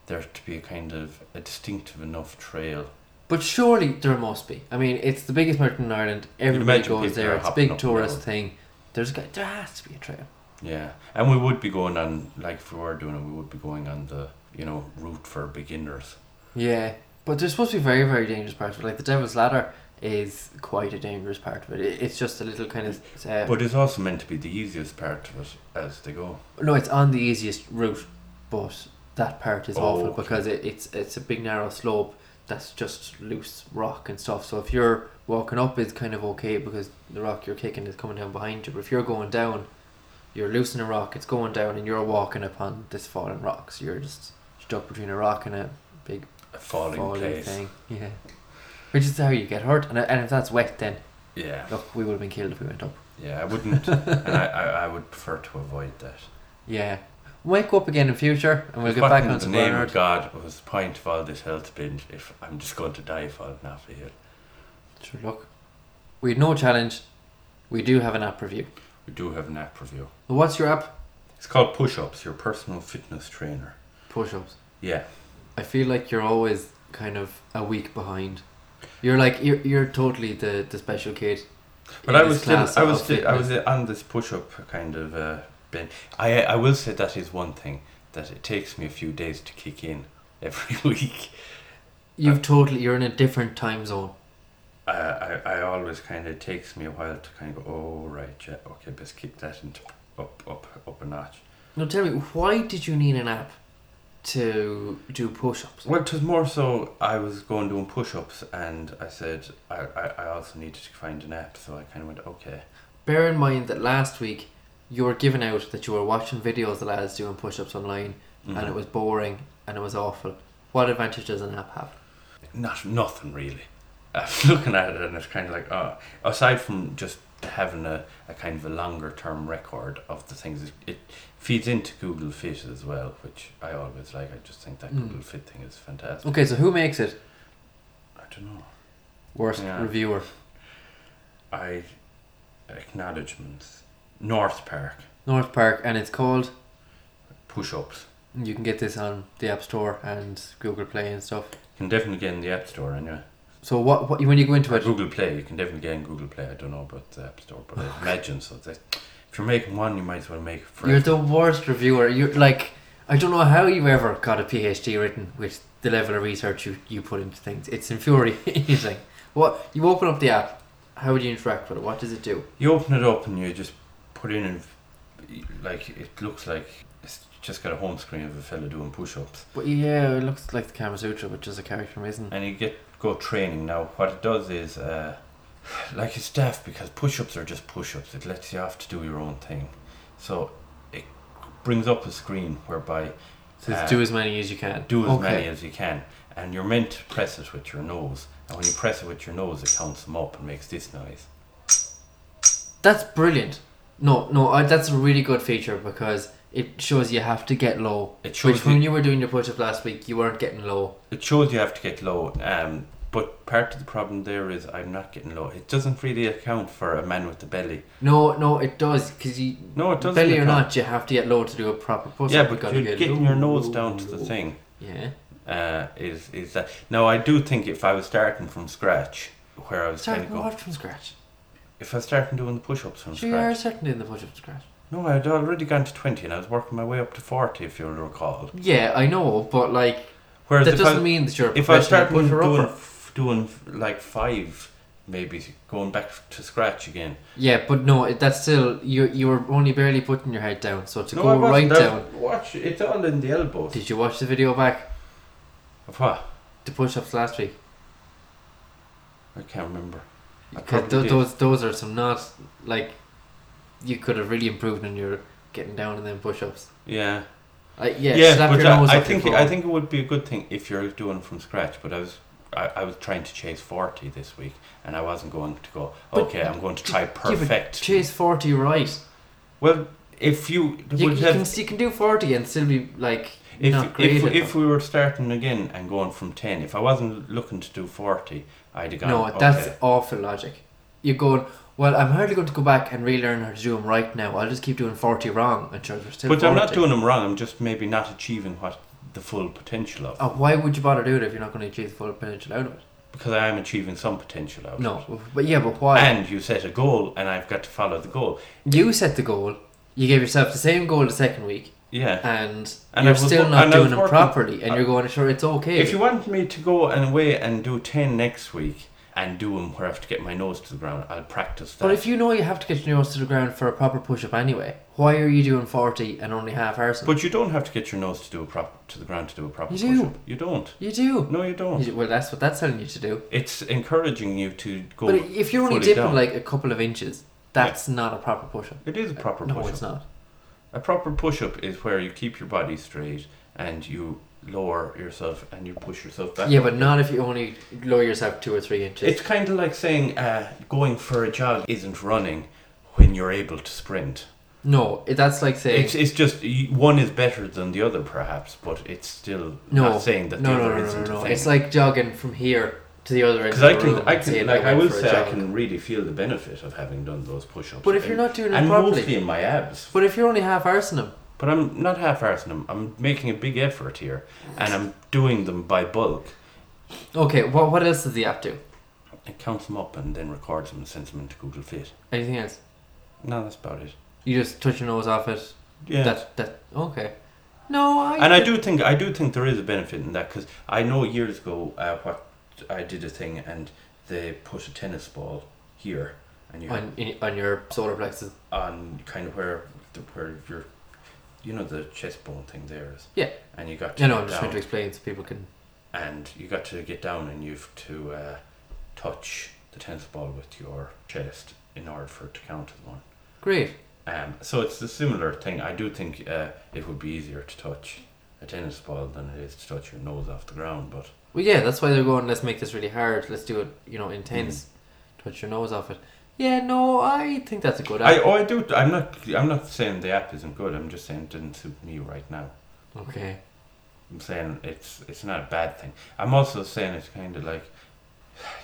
Speaker 2: there to be a kind of a distinctive enough trail.
Speaker 1: But surely there must be. I mean, it's the biggest mountain in Ireland. Everybody
Speaker 2: imagine
Speaker 1: goes
Speaker 2: people
Speaker 1: there.
Speaker 2: are
Speaker 1: It's a
Speaker 2: hopping
Speaker 1: big
Speaker 2: up the
Speaker 1: tourist
Speaker 2: road.
Speaker 1: thing. There's got, there has to be a trail.
Speaker 2: Yeah, and we would be going on like if we were doing it, we would be going on the you know route for beginners.
Speaker 1: Yeah, but there's supposed to be very very dangerous parts. Of it. Like the Devil's Ladder is quite a dangerous part of it. it it's just a little kind of. Uh,
Speaker 2: But it's also meant to be the easiest part of it as they go.
Speaker 1: no, it's on the easiest route, but that part is
Speaker 2: Oh,
Speaker 1: awful
Speaker 2: okay.
Speaker 1: because it, it's it's a big narrow slope that's just loose rock and stuff. So if you're walking up, it's kind of okay because the rock you're kicking is coming down behind you. But if you're going down, you're loose in a rock. It's going down, and you're walking upon this fallen rock. So you're just stuck between a rock and a big
Speaker 2: A falling,
Speaker 1: falling
Speaker 2: place.
Speaker 1: thing. Yeah, which is how you get hurt. And and if that's wet, then
Speaker 2: Yeah.
Speaker 1: look, we would have been killed if we went up.
Speaker 2: Yeah, I wouldn't. and I, I, I would prefer to avoid that.
Speaker 1: Yeah. Might go up again in future, and we'll
Speaker 2: If
Speaker 1: get
Speaker 2: what
Speaker 1: back
Speaker 2: in
Speaker 1: on
Speaker 2: the
Speaker 1: to
Speaker 2: name
Speaker 1: Bernard.
Speaker 2: of God was the point of all this health binge if I'm just going to die falling off a hill.
Speaker 1: Sure, look. We had no challenge, We do have an app review.
Speaker 2: We do have an app review.
Speaker 1: What's your app?
Speaker 2: It's called Push Ups, your personal fitness trainer.
Speaker 1: Push ups.
Speaker 2: Yeah.
Speaker 1: I feel like you're always kind of a week behind. You're like you're you're totally the, the special kid.
Speaker 2: But
Speaker 1: in
Speaker 2: I
Speaker 1: this
Speaker 2: was still,
Speaker 1: class
Speaker 2: I was
Speaker 1: of
Speaker 2: still, I
Speaker 1: fitness.
Speaker 2: was on this push-up kind of uh, bin. I, I will say that is one thing that it takes me a few days to kick in every week.
Speaker 1: You've totally you're in a different time zone.
Speaker 2: I, I, I always kind of takes me a while to kind of go, oh right, yeah, okay, best kick that into up, up, up a notch.
Speaker 1: Now tell me, why did you need an app to do push ups?
Speaker 2: Well, 'tis more so I was going doing push-ups and I said I, I, I also needed to find an app, so I kind of went okay.
Speaker 1: Bear in mind that last week you were given out that you were watching videos of lads doing push ups online
Speaker 2: Mm-hmm.
Speaker 1: and it was boring and it was awful. What advantage does an app have?
Speaker 2: not nothing really. I'm looking at it and it's kind of like, oh, aside from just having a, a kind of a longer term record of the things, it, it feeds into Google Fit as well, which I always like. I just think that
Speaker 1: Mm.
Speaker 2: Google Fit thing is fantastic.
Speaker 1: Okay, so who makes it?
Speaker 2: I don't know.
Speaker 1: Worst
Speaker 2: Yeah.
Speaker 1: reviewer.
Speaker 2: I acknowledgements. North Park
Speaker 1: North Park and it's called
Speaker 2: push ups.
Speaker 1: you can get this on the App Store and Google Play and stuff.
Speaker 2: Can definitely get in the App Store anyway.
Speaker 1: So what, what when you go into
Speaker 2: But
Speaker 1: it
Speaker 2: Google Play, you can definitely get in Google Play. I don't know about the App Store, but I imagine so. That if you're making one, you might as well make it for
Speaker 1: You're the worst reviewer. You're like, I don't know how you ever got a PhD written with the level of research you, you put into things. It's infuriating. What you open up the app? How would you interact with it? What does it do?
Speaker 2: You open it up and you just put in, and like it looks like it's just got a home screen of a fella doing push-ups,
Speaker 1: But yeah, it looks like the Kama Sutra, which is a character from Isn't.
Speaker 2: and you get go training. Now what it does is, uh, like it's daft because push-ups are just push-ups. It lets you off to do your own thing, so it brings up a screen whereby
Speaker 1: So it's
Speaker 2: Uh,
Speaker 1: do as many as you can.
Speaker 2: do as many as you can, and you're meant to press it with your nose. And when you press it with your nose, it counts them up and makes this noise.
Speaker 1: That's brilliant. No, no, I, that's a really good feature because it shows you have to get low.
Speaker 2: It shows
Speaker 1: Which
Speaker 2: you-
Speaker 1: when you were doing your push up last week, you weren't getting low.
Speaker 2: It shows you have to get low, um, but part of the problem there is I'm not getting low. It doesn't really account for a man with the belly.
Speaker 1: No, no, it does because you
Speaker 2: No, it doesn't.
Speaker 1: belly or
Speaker 2: account.
Speaker 1: not, you have to get low to do a proper push up.
Speaker 2: Yeah, but you're getting your nose down to the thing.
Speaker 1: Yeah.
Speaker 2: Uh, is is that now? I do think if I was starting from scratch, where I was
Speaker 1: Start
Speaker 2: going to
Speaker 1: from
Speaker 2: go,
Speaker 1: what from scratch?
Speaker 2: if I was starting doing the push-ups from
Speaker 1: Sure, you are
Speaker 2: scratch.
Speaker 1: certainly in the push up from scratch.
Speaker 2: No, I'd already gone to twenty, and I was working my way up to forty, if you'll recall.
Speaker 1: Yeah, I know, but like
Speaker 2: Whereas
Speaker 1: that
Speaker 2: if I-
Speaker 1: doesn't mean that you're a
Speaker 2: if I
Speaker 1: professional
Speaker 2: start doing,
Speaker 1: pusher
Speaker 2: doing,
Speaker 1: upper.
Speaker 2: f- doing like five, maybe going back to scratch again.
Speaker 1: Yeah, but no, it- that's still you. You were only barely putting your head down, so to
Speaker 2: No, I
Speaker 1: go
Speaker 2: wasn't.
Speaker 1: right
Speaker 2: That-
Speaker 1: down.
Speaker 2: Watch, it's all in the elbows.
Speaker 1: Did you watch the video back?
Speaker 2: What?
Speaker 1: The push ups last week.
Speaker 2: I can't remember. I
Speaker 1: Because
Speaker 2: probably
Speaker 1: th-
Speaker 2: did.
Speaker 1: those those are some not like you could have really improved on your getting down and then push ups.
Speaker 2: Yeah.
Speaker 1: Like yeah, slap
Speaker 2: but
Speaker 1: your
Speaker 2: that-
Speaker 1: nose
Speaker 2: I
Speaker 1: up your
Speaker 2: think
Speaker 1: bum.
Speaker 2: I think it would be a good thing if you're doing from scratch. But I was I, I was trying to chase forty this week, and I wasn't going to go.
Speaker 1: But
Speaker 2: okay, I'm going to try
Speaker 1: but
Speaker 2: perfect.
Speaker 1: chase forty right.
Speaker 2: Well, if you,
Speaker 1: You,
Speaker 2: would
Speaker 1: you
Speaker 2: have,
Speaker 1: can you can do forty and still be like not
Speaker 2: if
Speaker 1: great.
Speaker 2: if,
Speaker 1: at them.
Speaker 2: if we were starting again and going from ten, if I wasn't looking to do forty, I'd have gone.
Speaker 1: No,
Speaker 2: okay.
Speaker 1: that's awful logic. You're going, well, I'm hardly going to go back and relearn how to do them right now. I'll just keep doing 40 wrong and sure they're still
Speaker 2: But
Speaker 1: 40.
Speaker 2: I'm not doing them wrong. I'm just maybe not achieving what the full potential of.
Speaker 1: Oh, why would you bother doing it if you're not going to achieve the full potential out of it?
Speaker 2: Because I am achieving some potential of. it.
Speaker 1: No, but yeah, but why?
Speaker 2: And you set a goal, and I've got to follow the goal.
Speaker 1: you set the goal, you gave yourself the same goal the second week,
Speaker 2: Yeah.
Speaker 1: and,
Speaker 2: And
Speaker 1: you're
Speaker 2: I was
Speaker 1: still
Speaker 2: wo-
Speaker 1: not
Speaker 2: and I was
Speaker 1: doing them
Speaker 2: working-
Speaker 1: properly, and
Speaker 2: I-
Speaker 1: you're going, sure, it's okay.
Speaker 2: If you want me to go and away and do 10 next week and do them where I have to get my nose to the ground, I'll practice that.
Speaker 1: but if you know you have to get your nose to the ground for a proper push up anyway, why are you doing 40 and only half arsing?
Speaker 2: But you don't have to get your nose to do a prop to the ground to do a proper
Speaker 1: You do.
Speaker 2: push-up. You don't.
Speaker 1: you do.
Speaker 2: No, you don't.
Speaker 1: You do- Well, that's what that's telling you to do.
Speaker 2: It's encouraging you to go.
Speaker 1: But if you're only
Speaker 2: fully
Speaker 1: dipping
Speaker 2: down.
Speaker 1: like a couple of inches, that's not a proper push up.
Speaker 2: it is a proper
Speaker 1: No,
Speaker 2: push-up.
Speaker 1: it's not.
Speaker 2: A proper push-up is where you keep your body straight and you lower yourself and you push yourself back.
Speaker 1: Yeah, but not if you only lower yourself two or three inches.
Speaker 2: It's kind of like saying uh, going for a jog isn't running when you're able to sprint.
Speaker 1: no, it- that's like saying
Speaker 2: It's, it's just y- one is better than the other, perhaps, but it's still
Speaker 1: no.
Speaker 2: not saying that
Speaker 1: no,
Speaker 2: the
Speaker 1: no,
Speaker 2: other
Speaker 1: no, no,
Speaker 2: isn't
Speaker 1: no,
Speaker 2: a
Speaker 1: no.
Speaker 2: thing.
Speaker 1: It's like jogging from here to the other end.
Speaker 2: Because
Speaker 1: of
Speaker 2: I
Speaker 1: the
Speaker 2: can,
Speaker 1: room
Speaker 2: I
Speaker 1: and see
Speaker 2: can,
Speaker 1: if
Speaker 2: like, I
Speaker 1: went
Speaker 2: will
Speaker 1: for a
Speaker 2: say, I
Speaker 1: jog.
Speaker 2: can really feel the benefit of having done those push-ups.
Speaker 1: But if
Speaker 2: and-
Speaker 1: you're not doing it
Speaker 2: and mostly
Speaker 1: properly,
Speaker 2: in my abs.
Speaker 1: but if you're only half arsing them,
Speaker 2: But I'm not half arsing them. I'm making a big effort here, and I'm doing them by bulk.
Speaker 1: okay. What what else does the app do?
Speaker 2: It counts them up and then records them and sends them into Google Fit.
Speaker 1: Anything else?
Speaker 2: No, that's about it.
Speaker 1: You just touch your nose off it.
Speaker 2: Yeah.
Speaker 1: That that okay. No, I
Speaker 2: and I do think I do think there is a benefit in that because I know years ago uh, what I did a thing and they put a tennis ball here and you had
Speaker 1: on in, on your solar plexus.
Speaker 2: on kind of where the, where your you know the chest bone thing there is
Speaker 1: Yeah.
Speaker 2: and you got to
Speaker 1: You know,
Speaker 2: get
Speaker 1: I'm just
Speaker 2: down,
Speaker 1: trying to explain so people can.
Speaker 2: and you got to get down and you've to uh, touch the tennis ball with your chest in order for it to count as one.
Speaker 1: Great.
Speaker 2: Um, so it's a similar thing. I do think uh, it would be easier to touch a tennis ball than it is to touch your nose off the ground, but.
Speaker 1: Well, yeah, that's why they're going. Let's make this really hard. Let's do it. You know, intense. Touch your nose off it. Yeah, no, I think that's a good
Speaker 2: Mm-hmm. I,
Speaker 1: app.
Speaker 2: oh, I do. I'm not. I'm not saying the app isn't good. I'm just saying it didn't suit me right now.
Speaker 1: okay.
Speaker 2: I'm saying it's it's not a bad thing. I'm also saying it's kind of like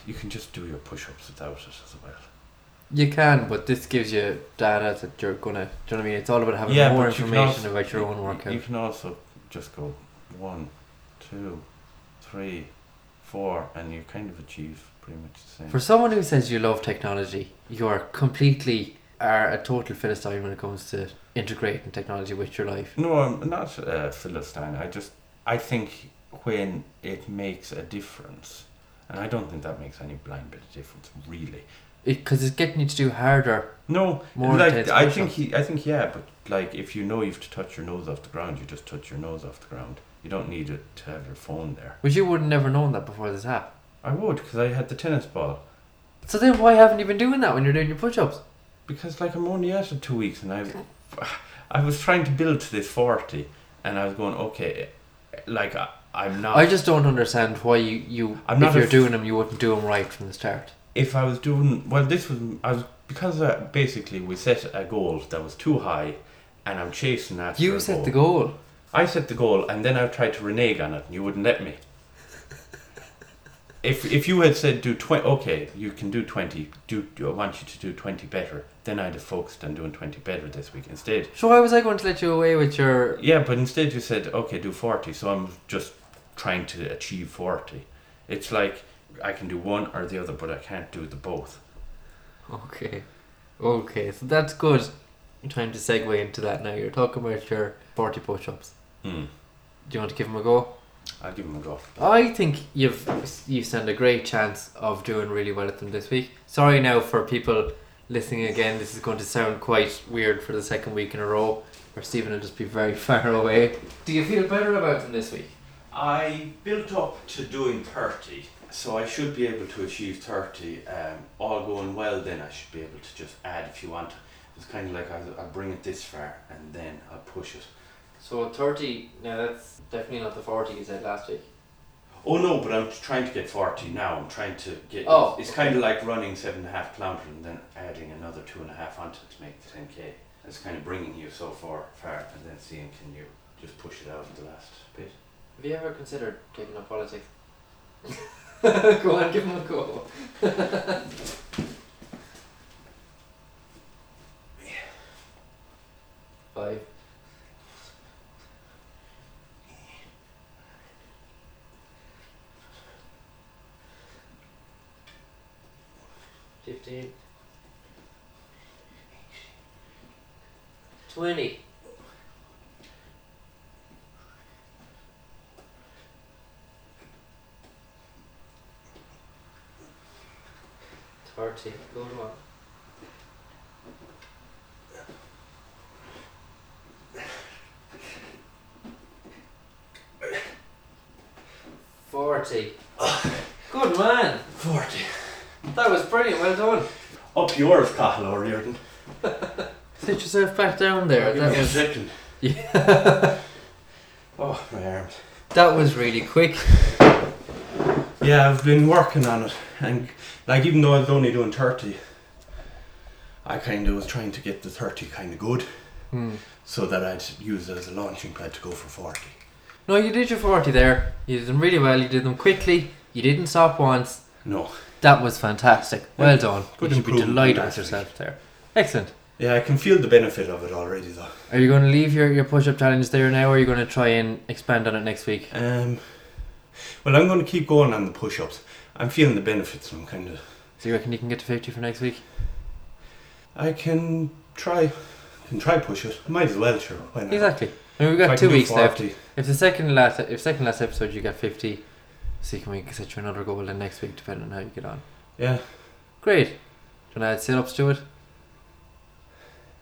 Speaker 2: you can just do your push-ups without it as well.
Speaker 1: You can, but this gives you data that you're gonna. Do you know what I mean? It's all about having
Speaker 2: Yeah,
Speaker 1: more
Speaker 2: but you can
Speaker 1: information
Speaker 2: also-
Speaker 1: about your own
Speaker 2: You-
Speaker 1: workout.
Speaker 2: You can also just go one, two, three, four, and you kind of achieve pretty much the same.
Speaker 1: For someone who says you love technology, you are completely are a total philistine when it comes to integrating technology with your life.
Speaker 2: No, I'm not a philistine. I just I think when it makes a difference, and I don't think that makes any blind bit of difference really.
Speaker 1: Because it's getting you to do harder.
Speaker 2: No,
Speaker 1: More
Speaker 2: like
Speaker 1: intense
Speaker 2: I
Speaker 1: push-ups.
Speaker 2: think he, I think yeah, but like if you know you have to touch your nose off the ground, you just touch your nose off the ground. You don't need it to have your phone there.
Speaker 1: Which you would have never known that before this app.
Speaker 2: I would because I had the tennis ball
Speaker 1: So then why haven't you been doing that when you're doing your push ups?
Speaker 2: because like I'm only at it two weeks and I, I was trying to build to this forty, and I was going okay, like I, I'm not.
Speaker 1: I just don't understand why you, you
Speaker 2: I'm
Speaker 1: if
Speaker 2: not a
Speaker 1: you're
Speaker 2: f-
Speaker 1: doing them, you wouldn't do them right from the start.
Speaker 2: if I was doing well, this was I was because uh, basically we set a goal that was too high, and I'm chasing that.
Speaker 1: You set the goal.
Speaker 2: I set the goal, and then I tried to renege on it, and you wouldn't let me. if if you had said do twenty, okay, you can do twenty. Do, do I want you to do twenty better? Then I'd have focused on doing twenty better this week instead.
Speaker 1: So why was I going to let you away with your?
Speaker 2: Yeah, but instead you said, okay, do 40, so I'm just trying to achieve 40. It's like I can do one or the other, but I can't do the both.
Speaker 1: Okay, okay. So that's good. Time to segue into that now. You're talking about your forty push ups.
Speaker 2: Mm.
Speaker 1: Do you want to give them a go?
Speaker 2: I'll give him a go.
Speaker 1: I think you've you stand a great chance of doing really well at them this week. Sorry now for people listening again. This is going to sound quite weird for the second week in a row, or Stephen will just be very far away. Do you feel better about them this week?
Speaker 2: I built up to doing 30, so I should be able to achieve 30. Um, all going well, then I should be able to just add if you want. It's kind of like I'll, I'll bring it this far and then I'll push it.
Speaker 1: So thirty. Now that's definitely not the forty you said last week.
Speaker 2: Oh no, but I'm trying to get 40 now. I'm trying to get.
Speaker 1: Oh,
Speaker 2: it's
Speaker 1: okay.
Speaker 2: kind of like running seven and a half kilometres and then adding another two and a half onto it to make the 10k. It's kind of bringing you so far, far, and then seeing can you just push it out at the last bit.
Speaker 1: Have you ever considered taking up politics? go on, give him a go. Five. Fifteen. Twenty. Thirty. Go on. Forty. Good man.
Speaker 2: 40.
Speaker 1: That was brilliant. Well done.
Speaker 2: Up yours, Cahill O'Riordan.
Speaker 1: Sit yourself back down there.
Speaker 2: Give
Speaker 1: That
Speaker 2: me a
Speaker 1: was
Speaker 2: second. Oh, my arms.
Speaker 1: that was really quick.
Speaker 2: Yeah, I've been working on it, and like even though I was only doing 30, I kind of was trying to get the 30 kind of good, Hmm. so that I'd use it as a launching pad to go for 40.
Speaker 1: No, you did your forty there. You did them really well. You did them quickly. You didn't stop once.
Speaker 2: No.
Speaker 1: That was fantastic. Well done.
Speaker 2: Good
Speaker 1: you should be
Speaker 2: improvement
Speaker 1: delighted with
Speaker 2: last
Speaker 1: yourself there. Excellent.
Speaker 2: Yeah, I can feel the benefit of it already though.
Speaker 1: Are you going to leave your, your push up challenge there now, or are you going to try and expand on it next week?
Speaker 2: Um, well, I'm going to keep going on the push-ups. I'm feeling the benefits. I'm kind of.
Speaker 1: So you reckon you can get to 50 for next week?
Speaker 2: I can try. Can try push it. Might as well, sure. Why not?
Speaker 1: Exactly. I mean, we've
Speaker 2: If I
Speaker 1: got
Speaker 2: can
Speaker 1: two
Speaker 2: do
Speaker 1: weeks left.
Speaker 2: 40,
Speaker 1: If the second last if second last episode you got 50, see can we set you another goal then next week, depending on how you get on.
Speaker 2: Yeah,
Speaker 1: Great. Do you want to add sit ups to it?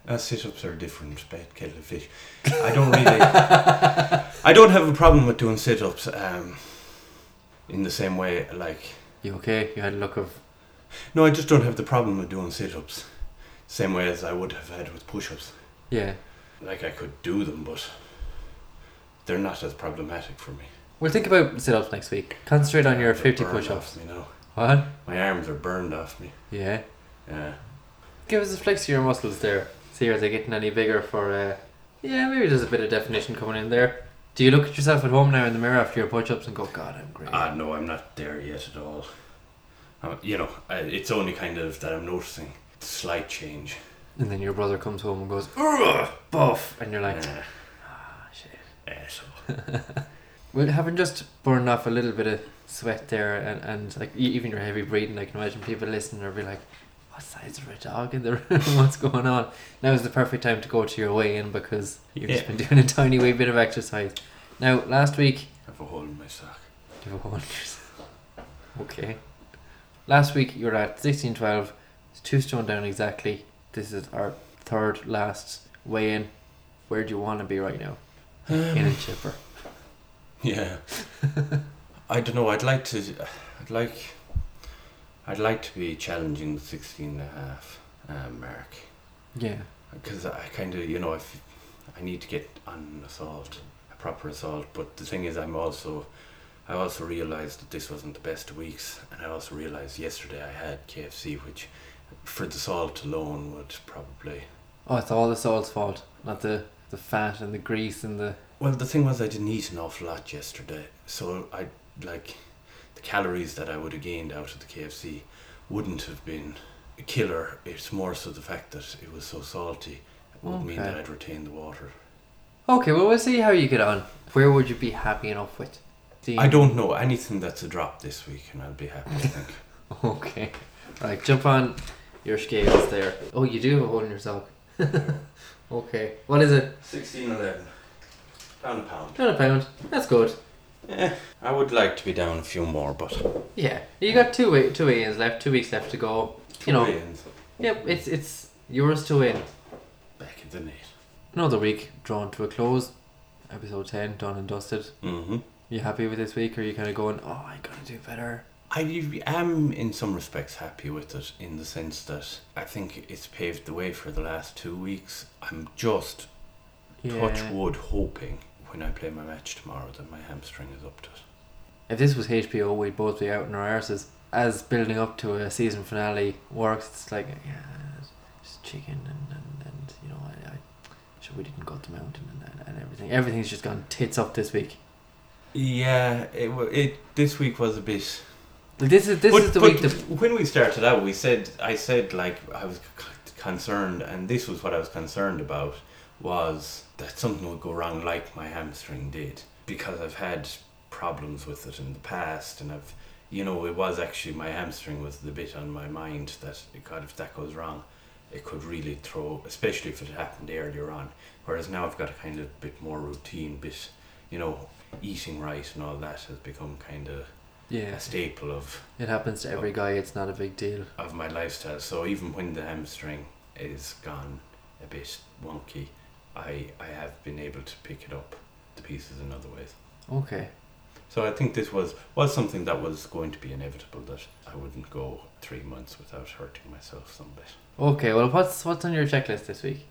Speaker 2: uh, sit-ups are different. Bad kettle of fish. I don't really. I don't have a problem with doing sit-ups. Um, in the same way, like
Speaker 1: You okay? You had a look of.
Speaker 2: no, I just don't have the problem with doing sit-ups. Same way as I would have had with push-ups.
Speaker 1: Yeah.
Speaker 2: Like I could do them, but they're not as problematic for me.
Speaker 1: We'll think about sit ups next week. Concentrate on your
Speaker 2: They're
Speaker 1: 50
Speaker 2: burned
Speaker 1: push ups.
Speaker 2: off me now.
Speaker 1: What?
Speaker 2: My arms are burned off me.
Speaker 1: Yeah.
Speaker 2: Yeah.
Speaker 1: Give us a flex of your muscles there. See are they getting any bigger for uh Yeah, maybe there's a bit of definition coming in there. Do you look at yourself at home now in the mirror after your push ups and go, God I'm great.
Speaker 2: Ah, no, I'm not there yet at all. Uh, you know, I, it's only kind of that I'm noticing slight change.
Speaker 1: and then your brother comes home and goes, Ugh, buff and you're like
Speaker 2: Yeah.
Speaker 1: "Ah, shit.
Speaker 2: Yeah, so-
Speaker 1: Well, having just burned off a little bit of sweat there, and, and like e- even your heavy breathing, I can imagine people listening are be like, "What size of a dog in the room? What's going on?" Now is the perfect time to go to your weigh-in because you've just
Speaker 2: Yeah.
Speaker 1: been doing a tiny wee bit of exercise. Now, last week,
Speaker 2: I have a hole in my sock.
Speaker 1: you have a hundred. Okay. Last week you were at sixteen twelve. It's two stone down exactly. This is our third last weigh-in. Where do you want to be right now?
Speaker 2: Um,
Speaker 1: In a chipper.
Speaker 2: Yeah. I don't know. I'd like to. I'd like. I'd like to be challenging the 16 and a half uh, mark
Speaker 1: Yeah.
Speaker 2: because I kind of, you know, I, f- I need to get on an assault, a proper assault. But the thing is, I'm also, I also realised that this wasn't the best of weeks, and I also realised yesterday I had KFC, which, for the salt alone, would probably.
Speaker 1: Oh, it's all the salt's fault, not the the fat and the grease and the.
Speaker 2: Well, the thing was, I didn't eat an awful lot yesterday, so I like, the calories that I would have gained out of the KFC, wouldn't have been a killer. It's more so the fact that it was so salty. Would mean
Speaker 1: Okay.
Speaker 2: that I'd retain the water.
Speaker 1: Okay, well we'll see how you get on. Where would you be happy enough with? Do
Speaker 2: I don't know anything that's a drop this week, and I'll be happy. I think.
Speaker 1: Okay, right. Jump on your scales there. Oh, you do have a hole in your sock. okay, what is it?
Speaker 2: Sixteen eleven, down a pound.
Speaker 1: Not a pound. That's good.
Speaker 2: Yeah, Eh, I would like to be down a few more, but
Speaker 1: Yeah, you got two wa- two weigh-ins left. Two weeks left to go. You know.
Speaker 2: Koreans
Speaker 1: Yep, it's it's yours to win.
Speaker 2: back in the net.
Speaker 1: Another week drawn to a close. Episode ten done and dusted.
Speaker 2: Mm-hmm.
Speaker 1: You happy with this week, or are you kind of going? Oh, I gotta do better.
Speaker 2: I am, in some respects, happy with it in the sense that I think it's paved the way for the last two weeks. I'm just touch wood hoping when I play my match tomorrow that my hamstring is up to it.
Speaker 1: If this was HBO, we'd both be out in our arses. As building up to a season finale works, it's like, yeah, just chicken and, and, and you know, I, I sure we didn't go up the mountain and, and, and everything. Everything's just gone tits up this week.
Speaker 2: Yeah, it, wa- it this week was a bit.
Speaker 1: Like, This is this
Speaker 2: But-
Speaker 1: is the
Speaker 2: but
Speaker 1: week that
Speaker 2: when we started out, we said I said like I was c- concerned, and this was what I was concerned about was that something would go wrong, like my hamstring did, because I've had problems with it in the past, and I've you know it was actually my hamstring was the bit on my mind that God if that goes wrong, it could really throw, especially if it happened earlier on. Whereas now I've got a kind of bit more routine, bit you know eating right and all that has become kind of
Speaker 1: yeah,
Speaker 2: a staple of
Speaker 1: it happens to
Speaker 2: Oh.
Speaker 1: every guy. It's not a big deal.
Speaker 2: of my lifestyle. So even when the hamstring is gone a bit wonky, I I have been able to pick it up the pieces in other ways.
Speaker 1: Okay,
Speaker 2: So I think this was was something that was going to be inevitable that I wouldn't go three months without hurting myself some bit.
Speaker 1: okay. Well, what's what's on your checklist this week?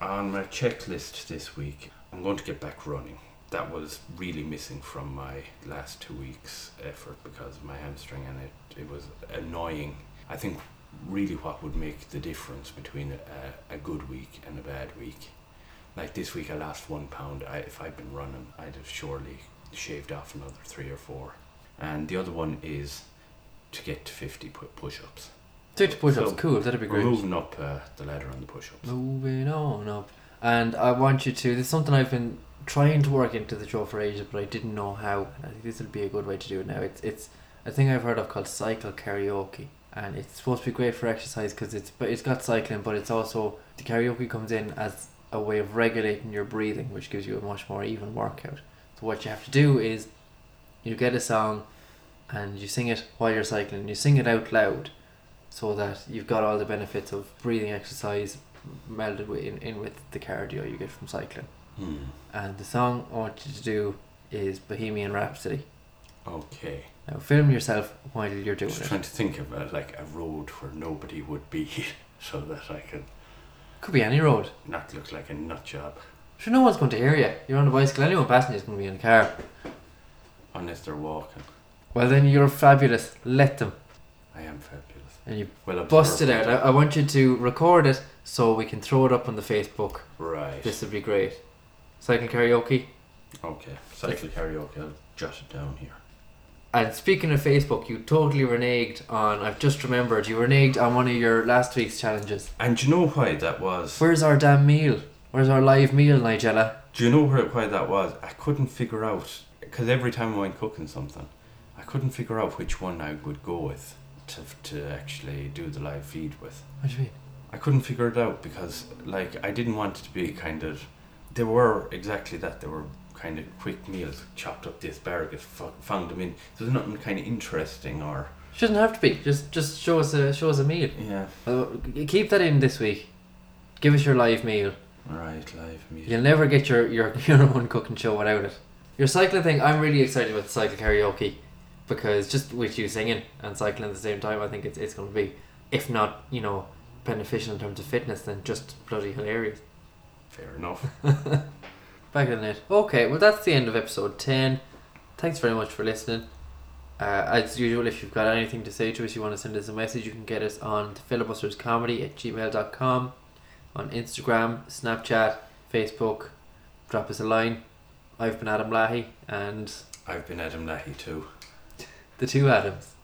Speaker 2: On my checklist this week, I'm going to get back running. That was really missing from my last two weeks' effort because of my hamstring, and it, it was annoying. I think really what would make the difference between a, a good week and a bad week. Like this week, I lost one pound. I, if I'd been running, I'd have surely shaved off another three or four. And the other one is to get to 50 pu- push ups.
Speaker 1: Six push ups,
Speaker 2: So,
Speaker 1: cool, that'd be
Speaker 2: We're
Speaker 1: great.
Speaker 2: moving up uh, the ladder on the push ups.
Speaker 1: Moving on up. And I want you to, this is something I've been trying to work into the show for ages, but I didn't know how. And I think this would be a good way to do it now. It's, it's a thing I've heard of called cycle karaoke. And it's supposed to be great for exercise because it's, but it's got cycling, but it's also, the karaoke comes in as a way of regulating your breathing, which gives you a much more even workout. So what you have to do is you get a song and you sing it while you're cycling. You sing it out loud so that you've got all the benefits of breathing exercise melded with, in, in with the cardio you get from cycling.
Speaker 2: Hmm.
Speaker 1: And the song I want you to do is Bohemian Rhapsody.
Speaker 2: Okay.
Speaker 1: Now film yourself while you're doing
Speaker 2: Just
Speaker 1: it.
Speaker 2: trying to think of uh, like a road where nobody would be so that I can
Speaker 1: Could be any road.
Speaker 2: not look like a nut job.
Speaker 1: Sure, no one's going to hear you. You're on a bicycle. Anyone passing you is going to be in a car.
Speaker 2: Unless they're walking.
Speaker 1: Well, then you're fabulous. Let them.
Speaker 2: I am fabulous.
Speaker 1: And you
Speaker 2: Well, observed.
Speaker 1: bust it out. I, I want you to record it so we can throw it up on the Facebook.
Speaker 2: Right.
Speaker 1: eh? This would be great. Cycling karaoke.
Speaker 2: Okay. Cycle karaoke. I'll jot it down here.
Speaker 1: And speaking of Facebook, you totally reneged on. I've just remembered you reneged on one of your last week's challenges.
Speaker 2: And do you know why that was?
Speaker 1: Where's our damn meal? Where's our live meal, Nigella?
Speaker 2: Do you know where, why that was? I couldn't figure out because every time I went cooking something, I couldn't figure out which one I would go with to to actually do the live feed with.
Speaker 1: What do you mean?
Speaker 2: I couldn't figure it out because like I didn't want it to be kind of they were exactly that they were kind of quick meals chopped up the asparagus fo- found them in there's nothing kind of interesting or
Speaker 1: Shouldn't have to be. Just just show us a show us a meal.
Speaker 2: yeah
Speaker 1: Uh, keep that in this week. Give us your live meal.
Speaker 2: right live music
Speaker 1: You'll never get your, your, your own cooking show without it. Your cycling thing, I'm really excited about the cycle karaoke because just with you singing and cycling at the same time, I think it's, it's going to be, if not, you know, beneficial in terms of fitness, then just bloody hilarious.
Speaker 2: fair enough
Speaker 1: Back in the net. Okay, well, that's the end of episode 10. Thanks very much for listening. Uh, as usual, if you've got anything to say to us, you want to send us a message, you can get us on filibusterscomedy at gmail.com, on Instagram, Snapchat, Facebook. Drop us a line. I've been Adam Lahey and
Speaker 2: I've been Adam Lahey too
Speaker 1: the two Adams.